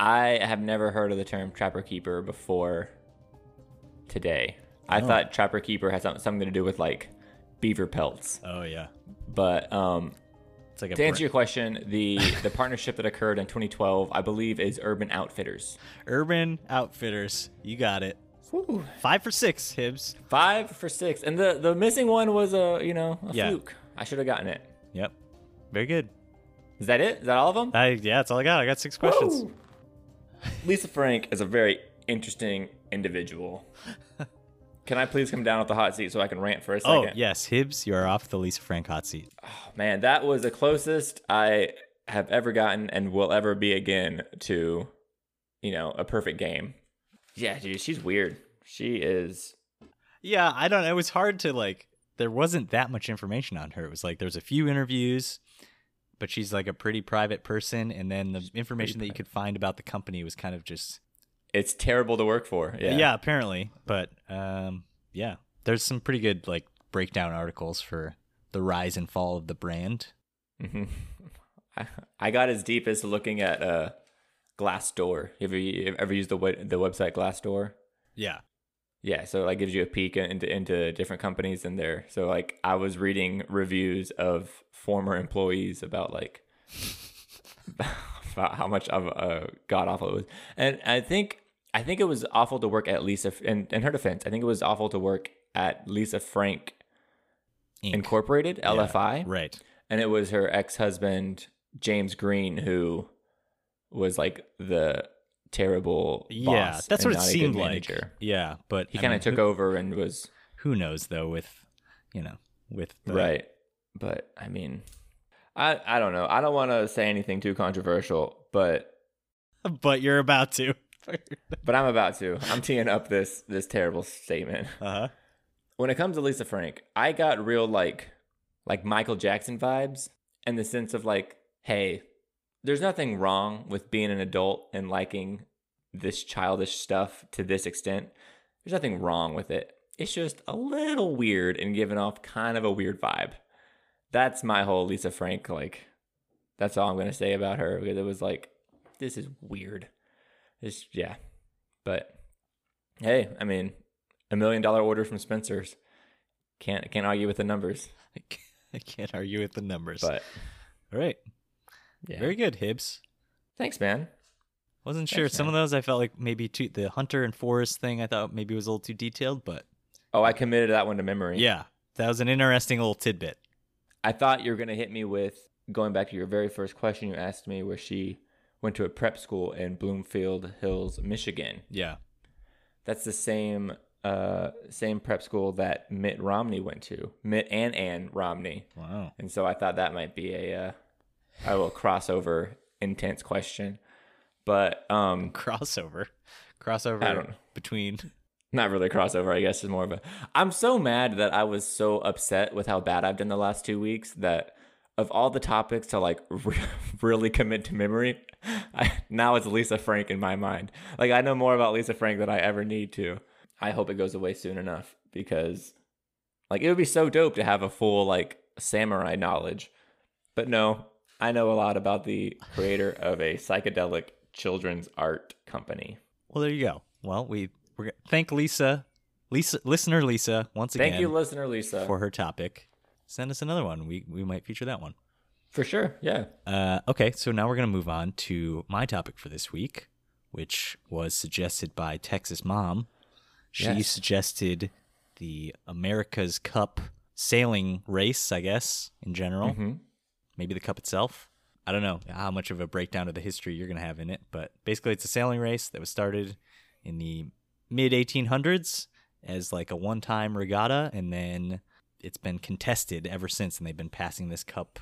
[SPEAKER 1] I have never heard of the term trapper keeper before today. I
[SPEAKER 2] Oh.
[SPEAKER 1] thought trapper keeper had some- something to do with like beaver pelts.
[SPEAKER 2] Oh, yeah.
[SPEAKER 1] But um,
[SPEAKER 2] It's like a
[SPEAKER 1] to answer
[SPEAKER 2] bra-
[SPEAKER 1] your question, the the partnership that occurred in 2012, I believe, is Urban Outfitters.
[SPEAKER 2] Urban Outfitters. You got it. Five for six, Hibbs.
[SPEAKER 1] Five for six, and the the missing one was a you know a
[SPEAKER 2] Yeah.
[SPEAKER 1] fluke. I should have gotten it.
[SPEAKER 2] Yep. Very good.
[SPEAKER 1] Is that it? Is that all of them?
[SPEAKER 2] I, yeah, that's all I got. I got six questions.
[SPEAKER 1] Woo! Lisa Frank is a very interesting individual. Can I please come down with the hot seat so I can rant for a
[SPEAKER 2] Oh,
[SPEAKER 1] second?
[SPEAKER 2] yes. Hibbs, you are off the Lisa Frank hot seat.
[SPEAKER 1] Man, that was the closest I have ever gotten and will ever be again to, you know, a perfect game. Yeah, dude, she's weird. She is.
[SPEAKER 2] Yeah, I don't. It was hard to like. There wasn't that much information on her. It was like there's a few interviews, but she's like a pretty private person, and then the information that you could find about the company was kind of just
[SPEAKER 1] It's terrible to work for. Yeah.
[SPEAKER 2] yeah, apparently. But um, yeah, there's some pretty good like breakdown articles for the rise and fall of the brand.
[SPEAKER 1] Mhm. I, I got as deep as looking at uh, Glassdoor. You ever you ever used the web, the website Glassdoor?
[SPEAKER 2] Yeah.
[SPEAKER 1] Yeah, so it, like gives you a peek into into different companies in there. So like I was reading reviews of former employees about like about how much of a god awful it was, and I think I think it was awful to work at Lisa. In, in her defense, I think it was awful to work at Lisa Frank
[SPEAKER 2] Inc.
[SPEAKER 1] Incorporated
[SPEAKER 2] Yeah,
[SPEAKER 1] LFI,
[SPEAKER 2] Right.
[SPEAKER 1] and it was her ex husband James Green who was like the terrible
[SPEAKER 2] Yeah,
[SPEAKER 1] boss
[SPEAKER 2] that's
[SPEAKER 1] and
[SPEAKER 2] what it
[SPEAKER 1] not a good
[SPEAKER 2] seemed like.
[SPEAKER 1] manager.
[SPEAKER 2] Yeah, but
[SPEAKER 1] He
[SPEAKER 2] I
[SPEAKER 1] kind
[SPEAKER 2] mean,
[SPEAKER 1] of took
[SPEAKER 2] who,
[SPEAKER 1] over and was
[SPEAKER 2] Who knows though? With you know, with the,
[SPEAKER 1] Right. But I mean, I I don't know. I don't want to say anything too controversial, but
[SPEAKER 2] but you're about to.
[SPEAKER 1] But I'm about to. I'm teeing up this this terrible statement.
[SPEAKER 2] Uh-huh.
[SPEAKER 1] When it comes to Lisa Frank, I got real like like Michael Jackson vibes and the sense of like, hey, there's nothing wrong with being an adult and liking this childish stuff to this extent. There's nothing wrong with it. It's just a little weird and giving off kind of a weird vibe. That's my whole Lisa Frank like that's all I'm gonna say about her because it was like, this is weird. It's yeah. But hey, I mean, a million dollar order from Spencer's. Can't can't argue with the numbers.
[SPEAKER 2] I can't- I can't argue with the numbers.
[SPEAKER 1] But
[SPEAKER 2] All right.
[SPEAKER 1] yeah.
[SPEAKER 2] Very good, Hibbs.
[SPEAKER 1] Thanks, man.
[SPEAKER 2] Wasn't sure.
[SPEAKER 1] Thanks,
[SPEAKER 2] Some of those I felt like maybe too, the hunter and forest thing I thought maybe was a little too detailed, but
[SPEAKER 1] Oh, I committed that one to memory.
[SPEAKER 2] yeah, that was an interesting little tidbit.
[SPEAKER 1] I thought you were gonna hit me with going back to your very first question you asked me where she went to a prep school in Bloomfield Hills, Michigan.
[SPEAKER 2] Yeah.
[SPEAKER 1] That's the same uh same prep school that Mitt Romney went to. Mitt and Ann Romney.
[SPEAKER 2] Wow.
[SPEAKER 1] And so I thought that might be a uh, a little crossover intense question, but um,
[SPEAKER 2] Crossover. Crossover
[SPEAKER 1] I don't know.
[SPEAKER 2] between.
[SPEAKER 1] not really a crossover. I guess is more of a. I'm so mad that I was so upset with how bad I've done the last two weeks that of all the topics to like re- really commit to memory, I, now it's Lisa Frank in my mind. Like I know more about Lisa Frank than I ever need to. I hope it goes away soon enough because like it would be so dope to have a full like samurai knowledge. But no, I know a lot about the creator of a psychedelic children's art company.
[SPEAKER 2] Well, there you go. Well, we we're, gonna- thank Lisa, Lisa, listener Lisa, once again
[SPEAKER 1] Thank you, listener Lisa.
[SPEAKER 2] for her topic. Send us another one. We we might feature that one.
[SPEAKER 1] for sure. Yeah.
[SPEAKER 2] Uh, okay, so now we're gonna move on to my topic for this week, which was suggested by Texas Mom. She
[SPEAKER 1] Yes.
[SPEAKER 2] suggested the America's Cup sailing race, I guess, in general.
[SPEAKER 1] Mhm.
[SPEAKER 2] Maybe the cup itself. I don't know how much of a breakdown of the history you're going to have in it, but basically it's a sailing race that was started in the mid 1800s as like a one-time regatta and then it's been contested ever since and they've been passing this cup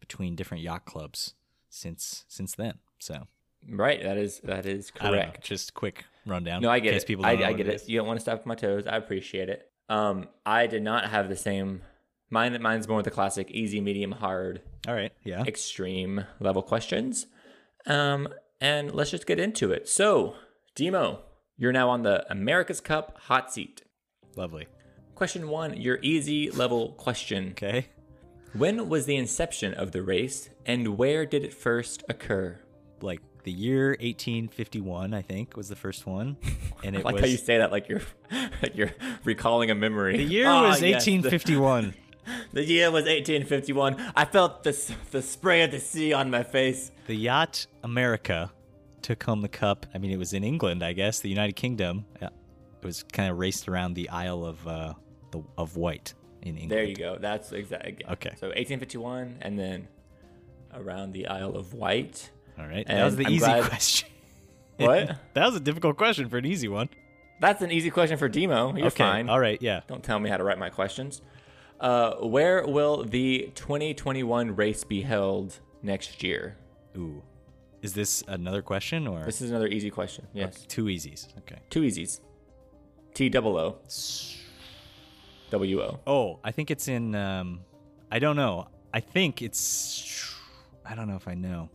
[SPEAKER 2] between different yacht clubs since since then. So,
[SPEAKER 1] Right. That is that is
[SPEAKER 2] I don't know,
[SPEAKER 1] correct.
[SPEAKER 2] just quick rundown.
[SPEAKER 1] No, I
[SPEAKER 2] in
[SPEAKER 1] get
[SPEAKER 2] case
[SPEAKER 1] it.
[SPEAKER 2] People
[SPEAKER 1] I,
[SPEAKER 2] don't know
[SPEAKER 1] I
[SPEAKER 2] what
[SPEAKER 1] get
[SPEAKER 2] it
[SPEAKER 1] it.
[SPEAKER 2] is.
[SPEAKER 1] You don't want to stop at my toes. I appreciate it. Um, I did not have the same. Mine, mine's more the classic easy, medium, hard,
[SPEAKER 2] All right. Yeah.
[SPEAKER 1] extreme level questions. Um, and let's just get into it. So, Demo, you're now on the America's Cup hot seat.
[SPEAKER 2] Lovely.
[SPEAKER 1] Question one, your easy level question.
[SPEAKER 2] Okay.
[SPEAKER 1] When was the inception of the race and where did it first occur?
[SPEAKER 2] Like the year 1851, I think, was the first one. And
[SPEAKER 1] I
[SPEAKER 2] it
[SPEAKER 1] like
[SPEAKER 2] was
[SPEAKER 1] how you say that like you're like you're recalling a memory.
[SPEAKER 2] The year
[SPEAKER 1] Ah,
[SPEAKER 2] was
[SPEAKER 1] yes, the-
[SPEAKER 2] 1851.
[SPEAKER 1] The year was 1851. I felt the, s- the spray of the sea on my face.
[SPEAKER 2] the yacht America took home the cup. I mean, it was in England, I guess, the United Kingdom. Yeah. It was kind of raced around the Isle of uh, the of Wight in England.
[SPEAKER 1] There you go. That's exactly.
[SPEAKER 2] Okay.
[SPEAKER 1] So 1851 and then around the Isle of Wight.
[SPEAKER 2] All right,
[SPEAKER 1] And
[SPEAKER 2] that was the
[SPEAKER 1] I'm
[SPEAKER 2] easy
[SPEAKER 1] glad-
[SPEAKER 2] question.
[SPEAKER 1] What?
[SPEAKER 2] that was a difficult question for an easy one.
[SPEAKER 1] That's an easy question for Demo. You're
[SPEAKER 2] okay,
[SPEAKER 1] fine.
[SPEAKER 2] all right, yeah.
[SPEAKER 1] Don't tell me how to write my questions. Uh, where will the 2021 race be held next year?
[SPEAKER 2] Ooh, is this another question or
[SPEAKER 1] This is another easy question. Yes.
[SPEAKER 2] two easies? Okay.
[SPEAKER 1] Two easies. T double O. W O.
[SPEAKER 2] Oh, I think it's in. Um, I don't know. I think it's. I don't know if I know.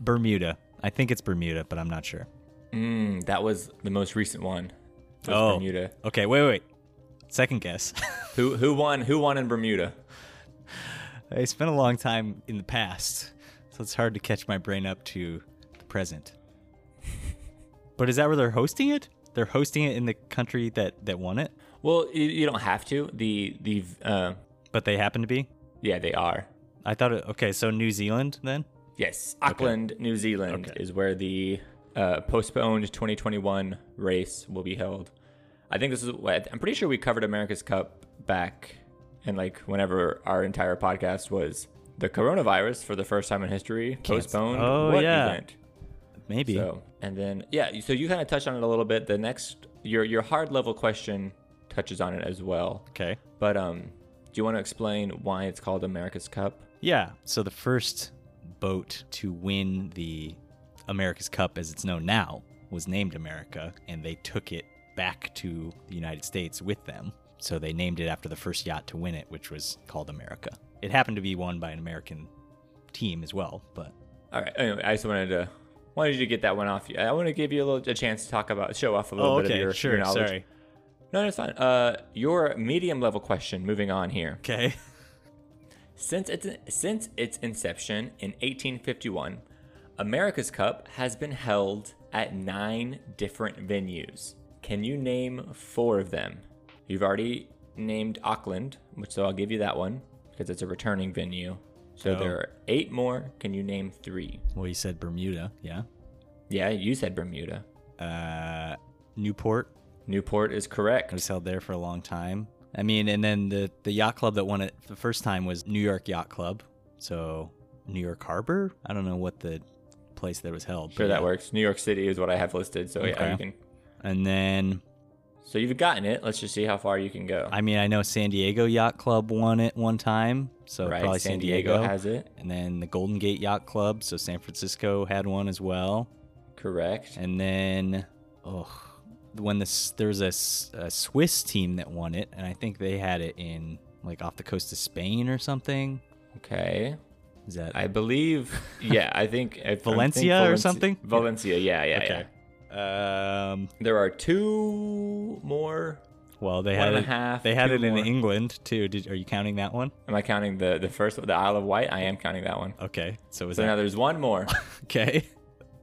[SPEAKER 2] Bermuda. I think it's Bermuda, but I'm not sure.
[SPEAKER 1] Mm, that was the most recent one. Was
[SPEAKER 2] Oh.
[SPEAKER 1] Bermuda.
[SPEAKER 2] Okay, wait, wait. Second guess.
[SPEAKER 1] Who who won? Who won in Bermuda?
[SPEAKER 2] I spent a long time in the past, so it's hard to catch my brain up to the present. but is that where they're hosting it? They're hosting it in the country that that won it,
[SPEAKER 1] Well, you, you don't have to. The the uh,
[SPEAKER 2] but they happen to be.
[SPEAKER 1] yeah, they are.
[SPEAKER 2] I thought it. Okay, so New Zealand then.
[SPEAKER 1] Yes, Auckland, New Zealand is where the uh, postponed 2021 race will be held. I think this is what I'm pretty sure we covered America's Cup back and like whenever our entire podcast was the coronavirus for the first time in history postponed
[SPEAKER 2] Oh,
[SPEAKER 1] what
[SPEAKER 2] yeah.
[SPEAKER 1] event?
[SPEAKER 2] Maybe.
[SPEAKER 1] So, and then yeah, so you kind of touched on it a little bit. The next your your hard level question touches on it as well.
[SPEAKER 2] Okay.
[SPEAKER 1] But um, do you want to explain why it's called America's Cup?
[SPEAKER 2] Yeah. So the first boat to win the America's Cup, as it's known now, was named America, and they took it back to the United States with them. So they named it after the first yacht to win it, which was called America. It happened to be won by an American team as well, but
[SPEAKER 1] All right. Anyway, I just wanted to wanted you to get that one off. you. I want to give you a little a chance to talk about show off a
[SPEAKER 2] Oh,
[SPEAKER 1] little bit of your, your knowledge. No, no, it's fine. Uh, your medium level question. Moving on here.
[SPEAKER 2] Okay.
[SPEAKER 1] Since its since its inception in 1851, America's Cup has been held at nine different venues. Can you name four of them? You've already named Auckland, which so I'll give you that one because it's a returning venue. So
[SPEAKER 2] Oh.
[SPEAKER 1] there are eight more. Can you name three?
[SPEAKER 2] Well, you said Bermuda, yeah.
[SPEAKER 1] Yeah, you said Bermuda.
[SPEAKER 2] Uh, Newport
[SPEAKER 1] Newport is correct.
[SPEAKER 2] It was held there for a long time. I mean, and then the the yacht club that won it the first time was New York Yacht Club. So New York Harbor. I don't know what the place that was held.
[SPEAKER 1] Sure,
[SPEAKER 2] but
[SPEAKER 1] that
[SPEAKER 2] yeah.
[SPEAKER 1] works. New York City is what I have listed. So yeah,
[SPEAKER 2] Okay.
[SPEAKER 1] you can.
[SPEAKER 2] And then
[SPEAKER 1] So you've gotten it. Let's just see how far you can go.
[SPEAKER 2] I mean, I know San Diego Yacht Club won it one time. So
[SPEAKER 1] right,
[SPEAKER 2] probably
[SPEAKER 1] San, Diego. has it.
[SPEAKER 2] and then the Golden Gate Yacht Club. So San Francisco had one as well.
[SPEAKER 1] Correct.
[SPEAKER 2] And then, oh, when this there was a, S- a Swiss team that won it, and I think they had it in like off the coast of Spain or something.
[SPEAKER 1] Okay.
[SPEAKER 2] Is that
[SPEAKER 1] I believe. Yeah, I think I think
[SPEAKER 2] Valencia or
[SPEAKER 1] Valenci-
[SPEAKER 2] something?
[SPEAKER 1] Valencia. Yeah, yeah, yeah.
[SPEAKER 2] Um.
[SPEAKER 1] There are two more.
[SPEAKER 2] Well, they
[SPEAKER 1] One
[SPEAKER 2] had
[SPEAKER 1] and a
[SPEAKER 2] it,
[SPEAKER 1] half,
[SPEAKER 2] they had
[SPEAKER 1] two
[SPEAKER 2] it in
[SPEAKER 1] more.
[SPEAKER 2] England too. Did, are you counting that one?
[SPEAKER 1] Am I counting the the first one, the Isle of Wight? I am counting that one.
[SPEAKER 2] Okay. So was
[SPEAKER 1] So now
[SPEAKER 2] that
[SPEAKER 1] there's one more.
[SPEAKER 2] okay?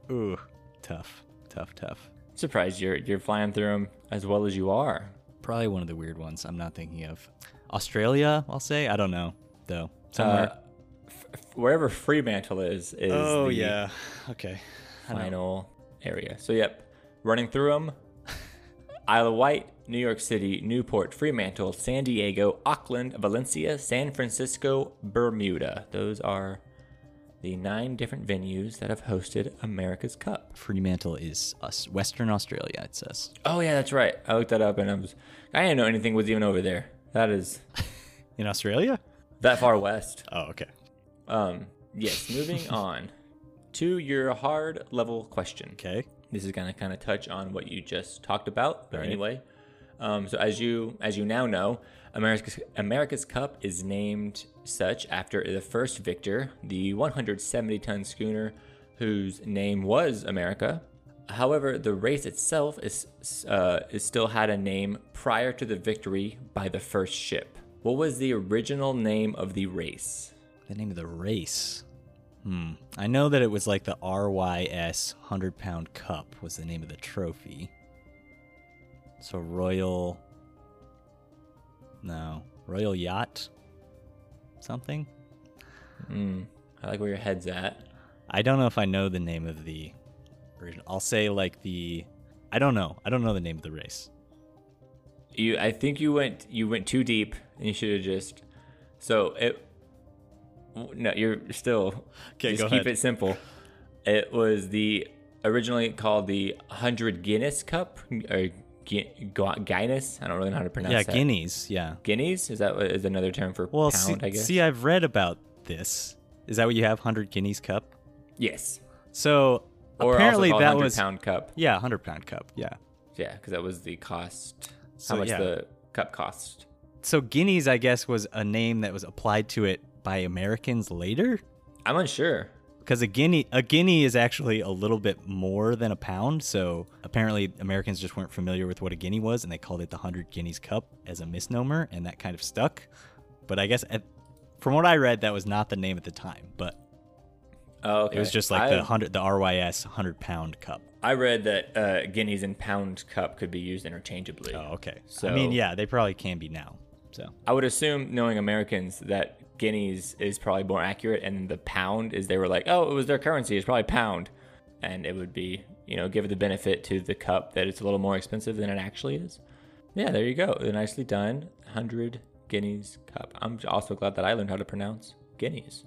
[SPEAKER 2] Ooh, tough, tough, tough.
[SPEAKER 1] Surprised you're you're flying through them as well as you are.
[SPEAKER 2] Probably one of the weird ones I'm not thinking of. Australia, I'll say. I don't know though. Somewhere. Oh,
[SPEAKER 1] Uh, oh, Wherever Fremantle is is the
[SPEAKER 2] Okay.
[SPEAKER 1] final area. So yep, running through them: Isle of Wight, New York City, Newport, Fremantle, San Diego, Auckland, Valencia, San Francisco, Bermuda. Those are the nine different venues that have hosted America's Cup.
[SPEAKER 2] Fremantle is us Western Australia. It says.
[SPEAKER 1] Oh yeah, that's right. I looked that up and I was I didn't know anything was even over there. That is
[SPEAKER 2] In Australia?
[SPEAKER 1] that far west.
[SPEAKER 2] Oh, okay.
[SPEAKER 1] Um, yes, moving on to your hard level question.
[SPEAKER 2] Okay.
[SPEAKER 1] this is going to kind of touch on what you just talked about but
[SPEAKER 2] Right.
[SPEAKER 1] anyway um, so as you as you now know america's america's cup is named such after the first victor the 170 ton schooner whose name was america however the race itself is, uh, is still had a name prior to the victory by the first ship what was the original name of the race
[SPEAKER 2] The name of the race. Hmm. I know that it was like the RYS 100 pound cup was the name of the trophy. So Royal. No. Royal Yacht? Something?
[SPEAKER 1] i like where your head's at
[SPEAKER 2] I don't know if I know the name of the version. I'll say like the. I don't know. I don't know the name of the race.
[SPEAKER 1] You, I think you went you went too deep, and you should have just. So it. No, you're still.
[SPEAKER 2] Okay,
[SPEAKER 1] just
[SPEAKER 2] go
[SPEAKER 1] keep
[SPEAKER 2] ahead.
[SPEAKER 1] it simple. It was the originally called the Hundred Guinness Cup or Gui- Gu- Guinness. I don't really know how to pronounce
[SPEAKER 2] yeah,
[SPEAKER 1] that.
[SPEAKER 2] Guineas. Yeah.
[SPEAKER 1] Guineas is that what- is another term for
[SPEAKER 2] Well,
[SPEAKER 1] pound?
[SPEAKER 2] see,
[SPEAKER 1] I guess.
[SPEAKER 2] see, I've read about this. Is that what you have? 100 Guineas cup?
[SPEAKER 1] yes.
[SPEAKER 2] So
[SPEAKER 1] Or
[SPEAKER 2] apparently
[SPEAKER 1] also called
[SPEAKER 2] that
[SPEAKER 1] 100
[SPEAKER 2] was.
[SPEAKER 1] pound cup.
[SPEAKER 2] Yeah, 100 pound cup. Yeah.
[SPEAKER 1] Yeah, because that was the cost.
[SPEAKER 2] So,
[SPEAKER 1] how much
[SPEAKER 2] yeah.
[SPEAKER 1] the cup cost?
[SPEAKER 2] So Guineas, I guess, was a name that was applied to it by Americans later,
[SPEAKER 1] I'm unsure.
[SPEAKER 2] because a guinea a guinea is actually a little bit more than a pound. So apparently, Americans just weren't familiar with what a guinea was, and they called it the hundred guineas cup as a misnomer, and that kind of stuck. But I guess, at, from what I read, that was not the name at the time, but
[SPEAKER 1] Oh, okay.
[SPEAKER 2] it was just like
[SPEAKER 1] I-
[SPEAKER 2] the hundred the RYS hundred pound cup.
[SPEAKER 1] I read that uh, guineas and pound cup could be used interchangeably.
[SPEAKER 2] Oh, okay.
[SPEAKER 1] So-
[SPEAKER 2] So I mean, yeah, they probably can be now. So
[SPEAKER 1] I would assume, knowing Americans, that guineas is probably more accurate, and the pound is they were like, oh, it was their currency, it's probably pound, and it would be, you know, give it the benefit to the cup that it's a little more expensive than it actually is. Yeah, there you go, Uh, nicely done, hundred guineas cup. I'm also glad that I learned how to pronounce guineas.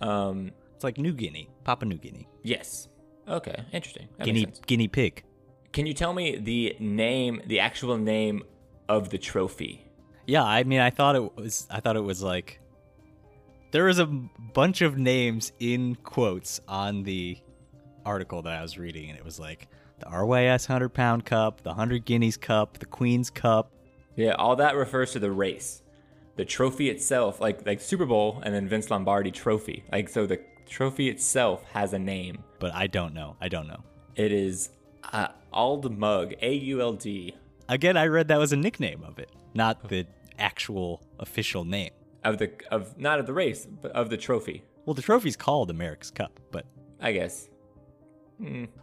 [SPEAKER 1] um,
[SPEAKER 2] it's like New Guinea, Papua New Guinea,
[SPEAKER 1] yes. Okay, interesting. That makes
[SPEAKER 2] guinea
[SPEAKER 1] sense.
[SPEAKER 2] guinea pig.
[SPEAKER 1] Can you tell me the name, the actual name of the trophy?
[SPEAKER 2] Yeah, I mean, I thought it was. I thought it was like there was a bunch of names in quotes on the article that I was reading, and it was like the RYS 100 pound cup, the 100 guineas cup, the Queen's cup.
[SPEAKER 1] Yeah, all that refers to the race. The trophy itself, like like Super Bowl and then Vince Lombardi trophy. Like so the trophy itself has a name.
[SPEAKER 2] But I don't know. I don't know.
[SPEAKER 1] It is uh, Ald Mug, A U L D,
[SPEAKER 2] Again, I read that was a nickname of it, not the actual official name.
[SPEAKER 1] of the of not of the race, but of the trophy,
[SPEAKER 2] Well, the trophy's called America's Cup, but
[SPEAKER 1] I guess.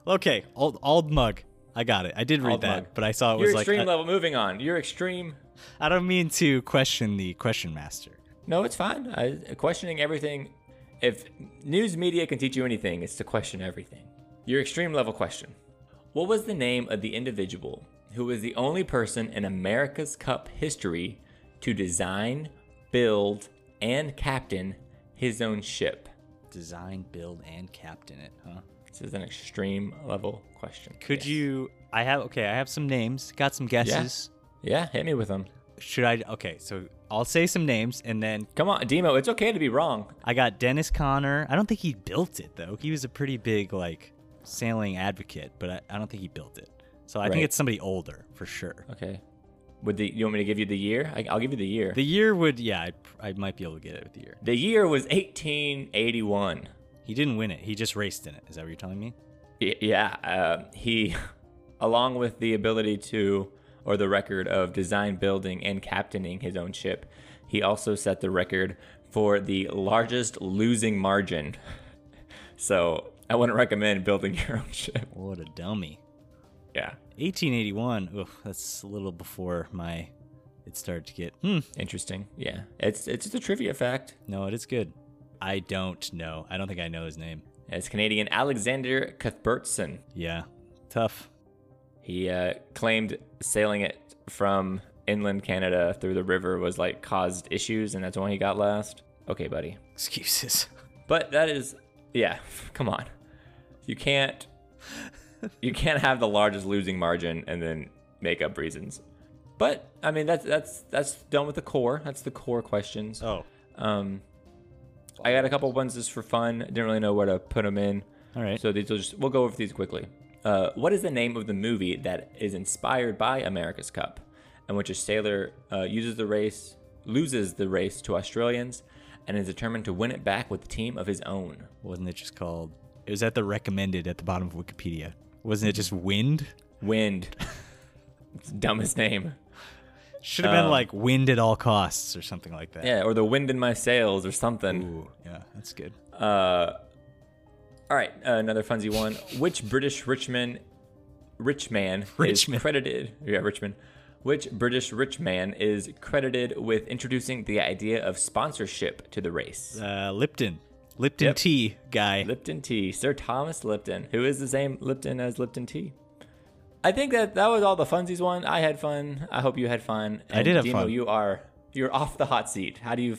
[SPEAKER 2] okay, Ald, Ald Mug. I got it. I did read
[SPEAKER 1] Ald
[SPEAKER 2] that,
[SPEAKER 1] Mug.
[SPEAKER 2] but I saw it
[SPEAKER 1] Your
[SPEAKER 2] was like uh,
[SPEAKER 1] extreme
[SPEAKER 2] I-
[SPEAKER 1] level. Moving on. Your extreme.
[SPEAKER 2] I don't mean to question the question master.
[SPEAKER 1] No, it's fine. I, questioning everything. If news media can teach you anything, it's to question everything. Your extreme level question. What was the name of the individual who was the only person in America's Cup history to design, build, and captain his own ship?
[SPEAKER 2] Design, build, and captain it, huh?
[SPEAKER 1] This is an extreme level question.
[SPEAKER 2] Could
[SPEAKER 1] Yes.
[SPEAKER 2] you? I have okay. I have some names. Got some guesses.
[SPEAKER 1] Yeah, hit me with them.
[SPEAKER 2] Should I? Okay, so I'll say some names, and then
[SPEAKER 1] Come on, Demo. It's okay to be wrong.
[SPEAKER 2] I got Dennis Connor. I don't think he built it though. He was a pretty big like sailing advocate, but I, I don't think he built it. So I
[SPEAKER 1] Right.
[SPEAKER 2] think it's somebody older for sure.
[SPEAKER 1] Okay. Would the you want me to give you the year? I, I'll give you the year.
[SPEAKER 2] The year would yeah, I, I might be able to get it with the year.
[SPEAKER 1] the year was 1881.
[SPEAKER 2] He didn't win it. He just raced in it. Is that what you're telling me?
[SPEAKER 1] Y- Yeah, uh, he, along with the ability to, or the record of design building and captaining his own ship, he also set the record for the largest losing margin. So I wouldn't recommend building your own ship.
[SPEAKER 2] What a dummy.
[SPEAKER 1] Yeah,
[SPEAKER 2] 1881. Oof, that's a little before my. It started to get. Hmm.
[SPEAKER 1] interesting. Yeah, it's it's just a trivia fact.
[SPEAKER 2] No, it is good. I don't know. I don't think I know his name.
[SPEAKER 1] It's Canadian Alexander Cuthbertson.
[SPEAKER 2] Yeah. Tough.
[SPEAKER 1] He uh, claimed sailing it from inland Canada through the river was like caused issues, and that's when he got last. Okay, buddy.
[SPEAKER 2] Excuses.
[SPEAKER 1] But that is, yeah, come on. You can't, you can't have the largest losing margin and then make up reasons. But I mean, that's that's that's done with the core. That's the core questions.
[SPEAKER 2] Oh.
[SPEAKER 1] Um, I got a couple ones just for fun. Didn't really know where to put them in.
[SPEAKER 2] All right.
[SPEAKER 1] So these will just we'll go over these quickly. Uh, what is the name of the movie that is inspired by America's Cup, in which a sailor uh, uses the race loses the race to Australians, and is determined to win it back with a team of his own?
[SPEAKER 2] Wasn't it just called? It was at the recommended at the bottom of Wikipedia. Wasn't it just wind?
[SPEAKER 1] Wind. It's the dumbest name.
[SPEAKER 2] Should have been like wind at all costs or something like that.
[SPEAKER 1] Uh, Yeah, or the wind in my sails or something.
[SPEAKER 2] Ooh, yeah, that's good.
[SPEAKER 1] All right, uh, another funsy one. Which British richman, rich man
[SPEAKER 2] Richman.
[SPEAKER 1] is credited? Yeah, Richmond. Which British rich man is credited with introducing the idea of sponsorship to the race?
[SPEAKER 2] Uh, Lipton, Lipton
[SPEAKER 1] Yep.
[SPEAKER 2] tea guy.
[SPEAKER 1] Lipton Tea, Sir Thomas Lipton, who is the same Lipton as Lipton Tea. I think that that was all the funsies one. I had fun. I hope you had fun.
[SPEAKER 2] I did have
[SPEAKER 1] Demo,
[SPEAKER 2] fun.
[SPEAKER 1] You are you're off the hot seat. How do you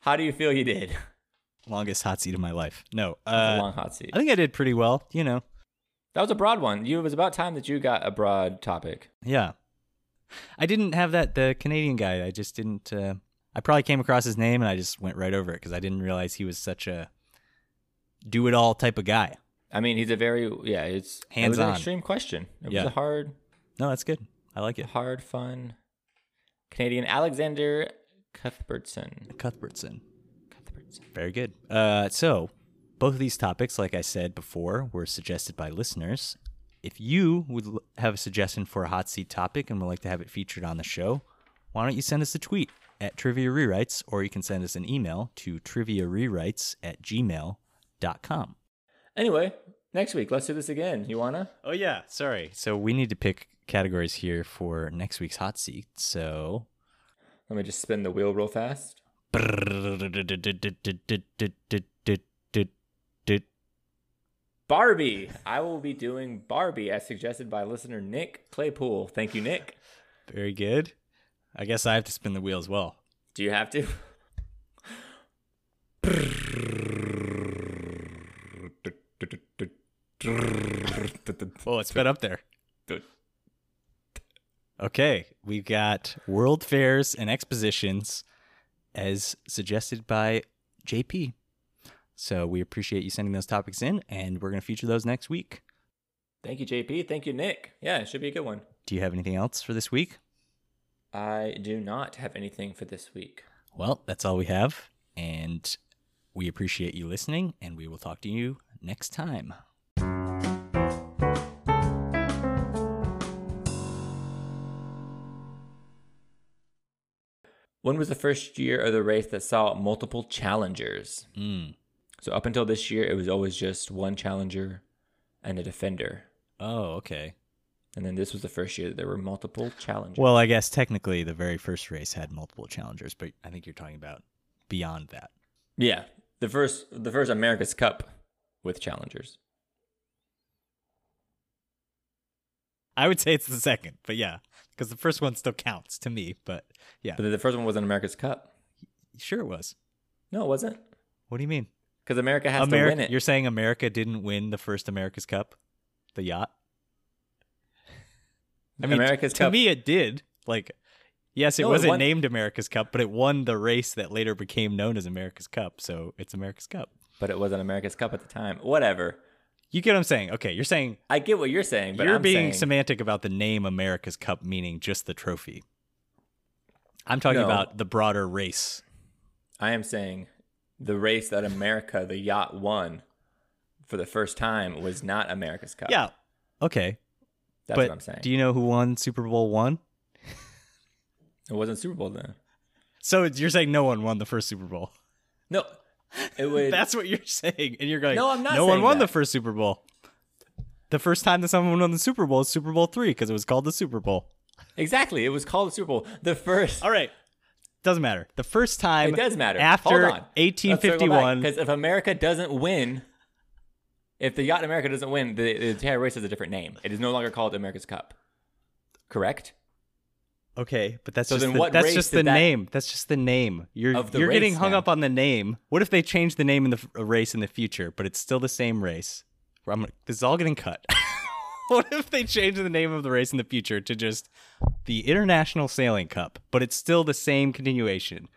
[SPEAKER 1] how do you feel you did?
[SPEAKER 2] Longest hot seat of my life. No,
[SPEAKER 1] The
[SPEAKER 2] uh,
[SPEAKER 1] long hot seat.
[SPEAKER 2] I think I did pretty well. You know,
[SPEAKER 1] That was a broad one. You it was about time that you got a broad topic.
[SPEAKER 2] yeah. I didn't have that the Canadian guy. I just didn't. Uh, I probably came across his name and I just went right over it because I didn't realize he was such a do it all type of guy.
[SPEAKER 1] I mean, he's a very yeah. It's it was an
[SPEAKER 2] Hands-on.
[SPEAKER 1] extreme question. It
[SPEAKER 2] Yeah.
[SPEAKER 1] was a hard,
[SPEAKER 2] No, that's good. I like it.
[SPEAKER 1] hard, fun Canadian Alexander Cuthbertson.
[SPEAKER 2] Cuthbertson.
[SPEAKER 1] Cuthbertson.
[SPEAKER 2] Very good. Uh, so, both of these topics, like I said before, were suggested by listeners. If you would l- have a suggestion for a hot seat topic and would like to have it featured on the show, why don't you send us a tweet at Trivia Rewrites, or you can send us an email to triviarewrites at gmail.com.
[SPEAKER 1] Anyway, next week let's do this again. You wanna?
[SPEAKER 2] Oh, yeah. Sorry. So, we need to pick categories here for next week's hot seat. So,
[SPEAKER 1] Let me just spin the wheel real fast. Barbie. I will be doing Barbie as suggested by listener Nick Claypool. Thank you, Nick.
[SPEAKER 2] Very good. I guess I have to spin the wheel as well.
[SPEAKER 1] Do you have to?
[SPEAKER 2] Oh, it's been up there. Okay, we got world fairs and expositions as suggested by JP. So we appreciate you sending those topics in, and we're going to feature those next week.
[SPEAKER 1] Thank you, JP. Thank you, Nick. Yeah, it should be a good one.
[SPEAKER 2] Do you have anything else for this week?
[SPEAKER 1] I do not have anything for this week.
[SPEAKER 2] Well, that's all we have, and we appreciate you listening, and we will talk to you next time.
[SPEAKER 1] When was the first year of the race that saw multiple challengers?
[SPEAKER 2] Mm.
[SPEAKER 1] So up until this year, it was always just one challenger and a defender.
[SPEAKER 2] Oh, okay.
[SPEAKER 1] And then this was the first year that there were multiple challengers.
[SPEAKER 2] Well, I guess technically the very first race had multiple challengers, but I think you're talking about beyond that.
[SPEAKER 1] yeah, the first the first America's Cup with challengers.
[SPEAKER 2] I would say it's the second, but yeah, because the first one still counts to me. But yeah,
[SPEAKER 1] But then the first one was an America's Cup.
[SPEAKER 2] sure it was.
[SPEAKER 1] No, it wasn't.
[SPEAKER 2] What do you mean?
[SPEAKER 1] Because America has to win
[SPEAKER 2] America,
[SPEAKER 1] it.
[SPEAKER 2] you're saying America didn't win the first America's Cup, the yacht. I mean,
[SPEAKER 1] America's
[SPEAKER 2] to
[SPEAKER 1] Cup.
[SPEAKER 2] me it did. Like, yes, it
[SPEAKER 1] No, it
[SPEAKER 2] wasn't
[SPEAKER 1] won-
[SPEAKER 2] named America's Cup, but it won the race that later became known as America's Cup. So it's America's Cup.
[SPEAKER 1] but it wasn't America's Cup at the time. Whatever.
[SPEAKER 2] You get what I'm saying? Okay, you're saying
[SPEAKER 1] I get what you're saying, but
[SPEAKER 2] you're
[SPEAKER 1] I'm
[SPEAKER 2] being
[SPEAKER 1] saying,
[SPEAKER 2] semantic about the name America's Cup meaning just the trophy. I'm talking
[SPEAKER 1] No.
[SPEAKER 2] about the broader race.
[SPEAKER 1] I am saying the race that America, the yacht, won for the first time was not America's Cup.
[SPEAKER 2] Yeah. Okay.
[SPEAKER 1] that's
[SPEAKER 2] but
[SPEAKER 1] what I'm saying.
[SPEAKER 2] do you know who won Super Bowl one?
[SPEAKER 1] it wasn't Super Bowl then.
[SPEAKER 2] So it's- you're saying no one won the first Super Bowl.
[SPEAKER 1] No, it would.
[SPEAKER 2] That's what you're saying, and you're going.
[SPEAKER 1] No, I'm not
[SPEAKER 2] No one
[SPEAKER 1] saying
[SPEAKER 2] won
[SPEAKER 1] that."
[SPEAKER 2] the first Super Bowl. The first time that someone won the Super Bowl is Super Bowl three because it was called the Super Bowl.
[SPEAKER 1] exactly. It was called the Super Bowl. The first.
[SPEAKER 2] All right, doesn't matter. The first time
[SPEAKER 1] It does matter.
[SPEAKER 2] after
[SPEAKER 1] Hold on.
[SPEAKER 2] 1851.
[SPEAKER 1] Because if America doesn't win, if the yacht America doesn't win, the, the entire race has a different name. It is no longer called America's Cup. Correct.
[SPEAKER 2] Okay, but that's
[SPEAKER 1] So
[SPEAKER 2] just
[SPEAKER 1] then
[SPEAKER 2] the,
[SPEAKER 1] what
[SPEAKER 2] that's
[SPEAKER 1] race
[SPEAKER 2] just
[SPEAKER 1] did
[SPEAKER 2] the
[SPEAKER 1] that-
[SPEAKER 2] name. That's just the name. You're
[SPEAKER 1] Of the
[SPEAKER 2] you're getting
[SPEAKER 1] race
[SPEAKER 2] hung
[SPEAKER 1] now.
[SPEAKER 2] up on the name. What if they change the name in the f- uh, race in the future, but it's still the same race? Where I'm gonna- this is all getting cut. what if they change the name of the race in the future to just the International Sailing Cup, but it's still the same continuation?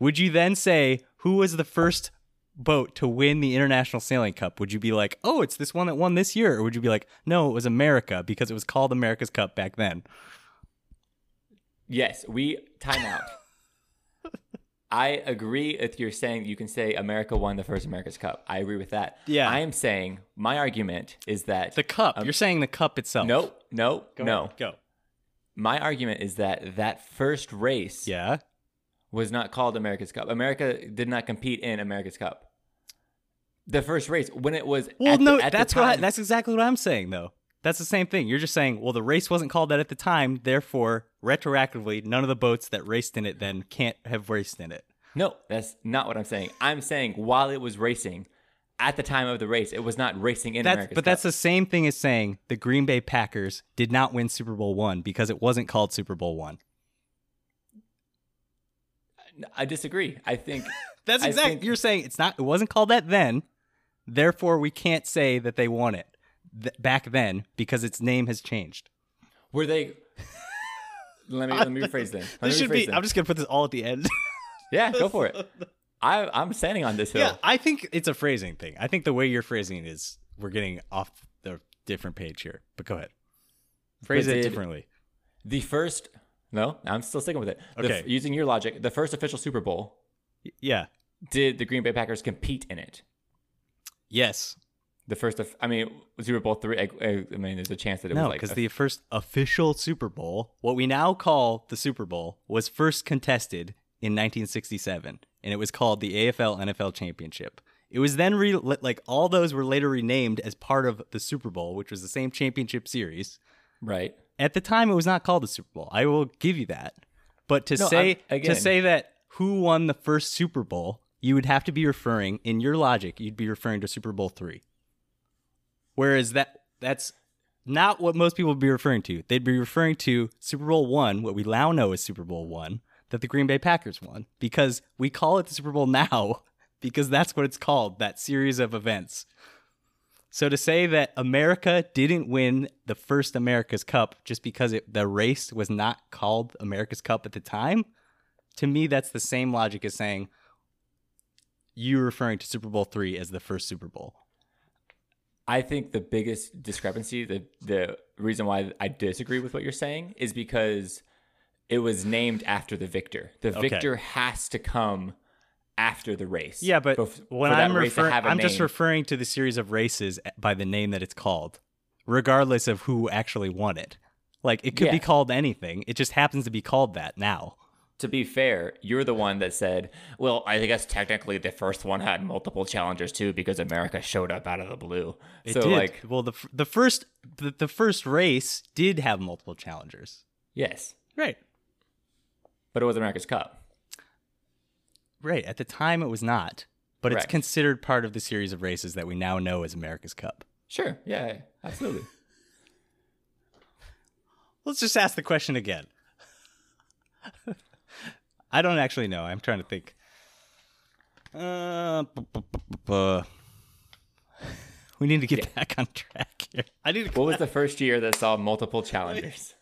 [SPEAKER 2] Would you then say who was the first boat to win the International Sailing Cup? Would you be like, "Oh, it's this one that won this year," or would you be like, "No, it was America because it was called America's Cup back then"?
[SPEAKER 1] Yes, we time out. I agree with your saying you can say America won the first America's Cup. I agree with that.
[SPEAKER 2] Yeah.
[SPEAKER 1] I am saying my argument is that
[SPEAKER 2] The cup. You're saying the cup itself.
[SPEAKER 1] no, no,
[SPEAKER 2] Go
[SPEAKER 1] Um, no.
[SPEAKER 2] ahead, Go.
[SPEAKER 1] My argument is that that first race
[SPEAKER 2] Yeah.
[SPEAKER 1] was not called America's Cup. America did not compete in America's Cup. The first race when it was
[SPEAKER 2] Well,
[SPEAKER 1] at the-
[SPEAKER 2] no,
[SPEAKER 1] at the
[SPEAKER 2] that's what I,
[SPEAKER 1] time-
[SPEAKER 2] that's exactly what I'm saying though. That's the same thing. You're just saying, well, the race wasn't called that at the time, therefore, retroactively, none of the boats that raced in it then can't have raced in it.
[SPEAKER 1] no, that's not what I'm saying. I'm saying while it was racing, at the time of the race, it was not racing in
[SPEAKER 2] That's,
[SPEAKER 1] America's
[SPEAKER 2] but
[SPEAKER 1] Cup.
[SPEAKER 2] that's the same thing as saying the Green Bay Packers did not win Super Bowl one because it wasn't called Super Bowl one.
[SPEAKER 1] I disagree. I think
[SPEAKER 2] That's
[SPEAKER 1] I
[SPEAKER 2] exactly
[SPEAKER 1] think-
[SPEAKER 2] you're saying it's not. It wasn't called that then, therefore, we can't say that they won it th- back then because its name has changed.
[SPEAKER 1] Were they? let me let me rephrase then. Let
[SPEAKER 2] This
[SPEAKER 1] me
[SPEAKER 2] should
[SPEAKER 1] rephrase
[SPEAKER 2] be.
[SPEAKER 1] then.
[SPEAKER 2] I'm just gonna put this all at the end.
[SPEAKER 1] yeah, go for it. I, I'm standing on this hill.
[SPEAKER 2] Yeah, I think it's a phrasing thing. I think the way you're phrasing it is we're getting off the different page here. But go ahead. Phrase
[SPEAKER 1] But
[SPEAKER 2] it
[SPEAKER 1] did-
[SPEAKER 2] differently.
[SPEAKER 1] The first, no, I'm still sticking with it. The f-
[SPEAKER 2] Okay.
[SPEAKER 1] using your logic, the first official Super Bowl,
[SPEAKER 2] Y- Yeah.
[SPEAKER 1] did the Green Bay Packers compete in it?
[SPEAKER 2] Yes.
[SPEAKER 1] The first of, I mean, Super Bowl three. I, I I mean, there's a chance that it
[SPEAKER 2] No,
[SPEAKER 1] was like
[SPEAKER 2] because
[SPEAKER 1] a-
[SPEAKER 2] the first official Super Bowl, what we now call the Super Bowl, was first contested in 1967, and it was called the AFL NFL Championship. It was then re- li- like all those were later renamed as part of the Super Bowl, which was the same championship series.
[SPEAKER 1] right.
[SPEAKER 2] At the time, it was not called the Super Bowl. I will give you that. But to
[SPEAKER 1] No,
[SPEAKER 2] say
[SPEAKER 1] I'm-
[SPEAKER 2] to
[SPEAKER 1] again-
[SPEAKER 2] say that who won the first Super Bowl, you would have to be referring in your logic, you'd be referring to Super Bowl three. Whereas that that's not what most people would be referring to. They'd be referring to Super Bowl one, what we now know as Super Bowl one, that the Green Bay Packers won, because we call it the Super Bowl now because that's what it's called, that series of events. So to say that America didn't win the first America's Cup just because it, the race was not called America's Cup at the time, to me that's the same logic as saying you referring to Super Bowl three as the first Super Bowl.
[SPEAKER 1] I think the biggest discrepancy, the the reason why I disagree with what you're saying is because it was named after the victor. The
[SPEAKER 2] Okay.
[SPEAKER 1] victor has to come after the race.
[SPEAKER 2] Yeah, but
[SPEAKER 1] Bef-
[SPEAKER 2] when
[SPEAKER 1] for that
[SPEAKER 2] I'm
[SPEAKER 1] race to
[SPEAKER 2] referring,
[SPEAKER 1] have a
[SPEAKER 2] I'm just
[SPEAKER 1] name.
[SPEAKER 2] referring to the series of races by the name that it's called, regardless of who actually won it. Like it could
[SPEAKER 1] Yeah.
[SPEAKER 2] be called anything. It just happens to be called that now.
[SPEAKER 1] to be fair, you're the one that said, "Well, I guess technically the first one had multiple challengers too because America showed up out of the blue."
[SPEAKER 2] It
[SPEAKER 1] so
[SPEAKER 2] did.
[SPEAKER 1] like,
[SPEAKER 2] well, the f- the first the, the first race did have multiple challengers.
[SPEAKER 1] yes,
[SPEAKER 2] Right.
[SPEAKER 1] but it was America's Cup.
[SPEAKER 2] Right. At the time, it was not, but
[SPEAKER 1] Correct.
[SPEAKER 2] it's considered part of the series of races that we now know as America's Cup.
[SPEAKER 1] Sure. Yeah. Absolutely.
[SPEAKER 2] Let's just ask the question again. I don't actually know. I'm trying to think. Uh, bu- bu- bu- bu- bu. we need to get back on track here. I need to.
[SPEAKER 1] what was the first year that saw multiple challengers?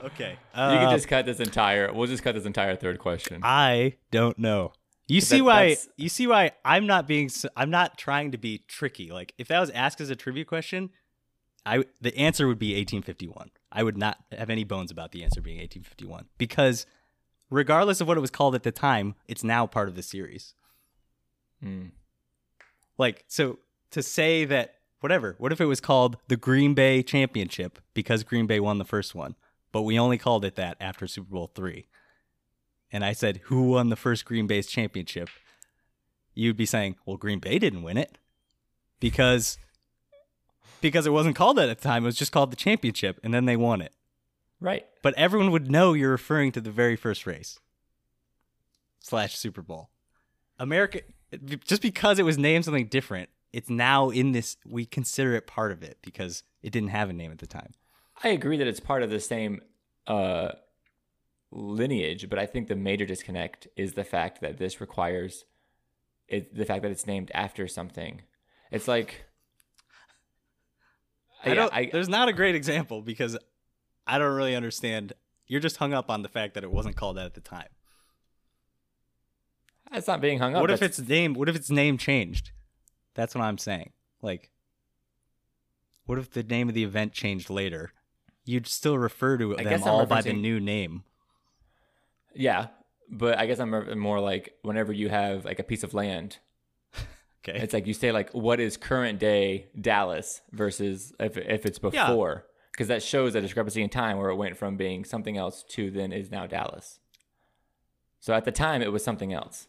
[SPEAKER 2] Okay.
[SPEAKER 1] you
[SPEAKER 2] Uh,
[SPEAKER 1] can just cut this entire. We'll just cut this entire third question.
[SPEAKER 2] I don't know. You
[SPEAKER 1] that-
[SPEAKER 2] see why
[SPEAKER 1] that's-
[SPEAKER 2] you see why I'm not being s- I'm not trying to be tricky. Like if that was asked as a trivia question, I the answer would be 1851. I would not have any bones about the answer being 1851 because regardless of what it was called at the time, it's now part of the series.
[SPEAKER 1] Hmm.
[SPEAKER 2] Like so to say that whatever, what if it was called the Green Bay Championship because Green Bay won the first one, but we only called it that after Super Bowl 3. And I said who won the first Green Bay's championship? You'd be saying, "Well, Green Bay didn't win it because because it wasn't called that at the time. It was just called the championship and then they won it."
[SPEAKER 1] Right.
[SPEAKER 2] But everyone would know you're referring to the very first race slash Super Bowl. America, just because it was named something different, it's now in this. We consider it part of it because it didn't have a name at the time.
[SPEAKER 1] I agree that it's part of the same uh, lineage, but I think the major disconnect is the fact that this requires it, the fact that it's named after something. It's like
[SPEAKER 2] I
[SPEAKER 1] yeah,
[SPEAKER 2] don't,
[SPEAKER 1] I,
[SPEAKER 2] there's not a great example because I don't really understand. You're just hung up on the fact that it wasn't called that at the time.
[SPEAKER 1] that's not being hung up.
[SPEAKER 2] what if
[SPEAKER 1] That's-
[SPEAKER 2] its name? What if its name changed? That's what I'm saying. Like, what if the name of the event changed later? You'd still refer to
[SPEAKER 1] I
[SPEAKER 2] them
[SPEAKER 1] guess I'm
[SPEAKER 2] all by the
[SPEAKER 1] referencing-
[SPEAKER 2] new name.
[SPEAKER 1] yeah? But I guess I'm re- more like whenever you have like a piece of land,
[SPEAKER 2] Okay.
[SPEAKER 1] it's like you say like what is current day Dallas versus if if it's
[SPEAKER 2] Yeah.
[SPEAKER 1] before. Because that shows a discrepancy in time where it went from being something else to then is now Dallas. So at the time, it was something else.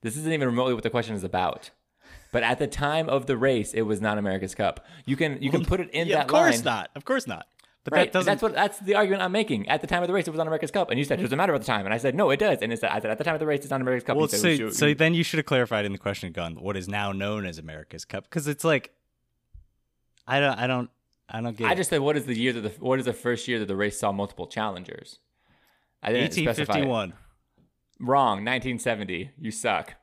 [SPEAKER 1] This isn't even remotely what the question is about. But at the time of the race, it was not America's Cup. You can you can put it in
[SPEAKER 2] yeah,
[SPEAKER 1] that
[SPEAKER 2] of course
[SPEAKER 1] line,
[SPEAKER 2] not. Of course not. But
[SPEAKER 1] Right?
[SPEAKER 2] that doesn't.
[SPEAKER 1] That's what that's the argument I'm making. At the time of the race, it was on America's Cup, and you said it doesn't matter at the time, and I said no, it does. And it's, I said at the time of the race, it's not America's Cup.
[SPEAKER 2] well,
[SPEAKER 1] and you said,
[SPEAKER 2] so,
[SPEAKER 1] you-
[SPEAKER 2] so then you should have clarified in the question, gone what is now known as America's Cup, because it's like, I don't, I don't, I don't get.
[SPEAKER 1] I
[SPEAKER 2] it.
[SPEAKER 1] just said, what is the year that the what is the first year that the race saw multiple
[SPEAKER 2] E
[SPEAKER 1] challengers? I didn't specify. it.
[SPEAKER 2] 1851.
[SPEAKER 1] Wrong. 1970. You suck.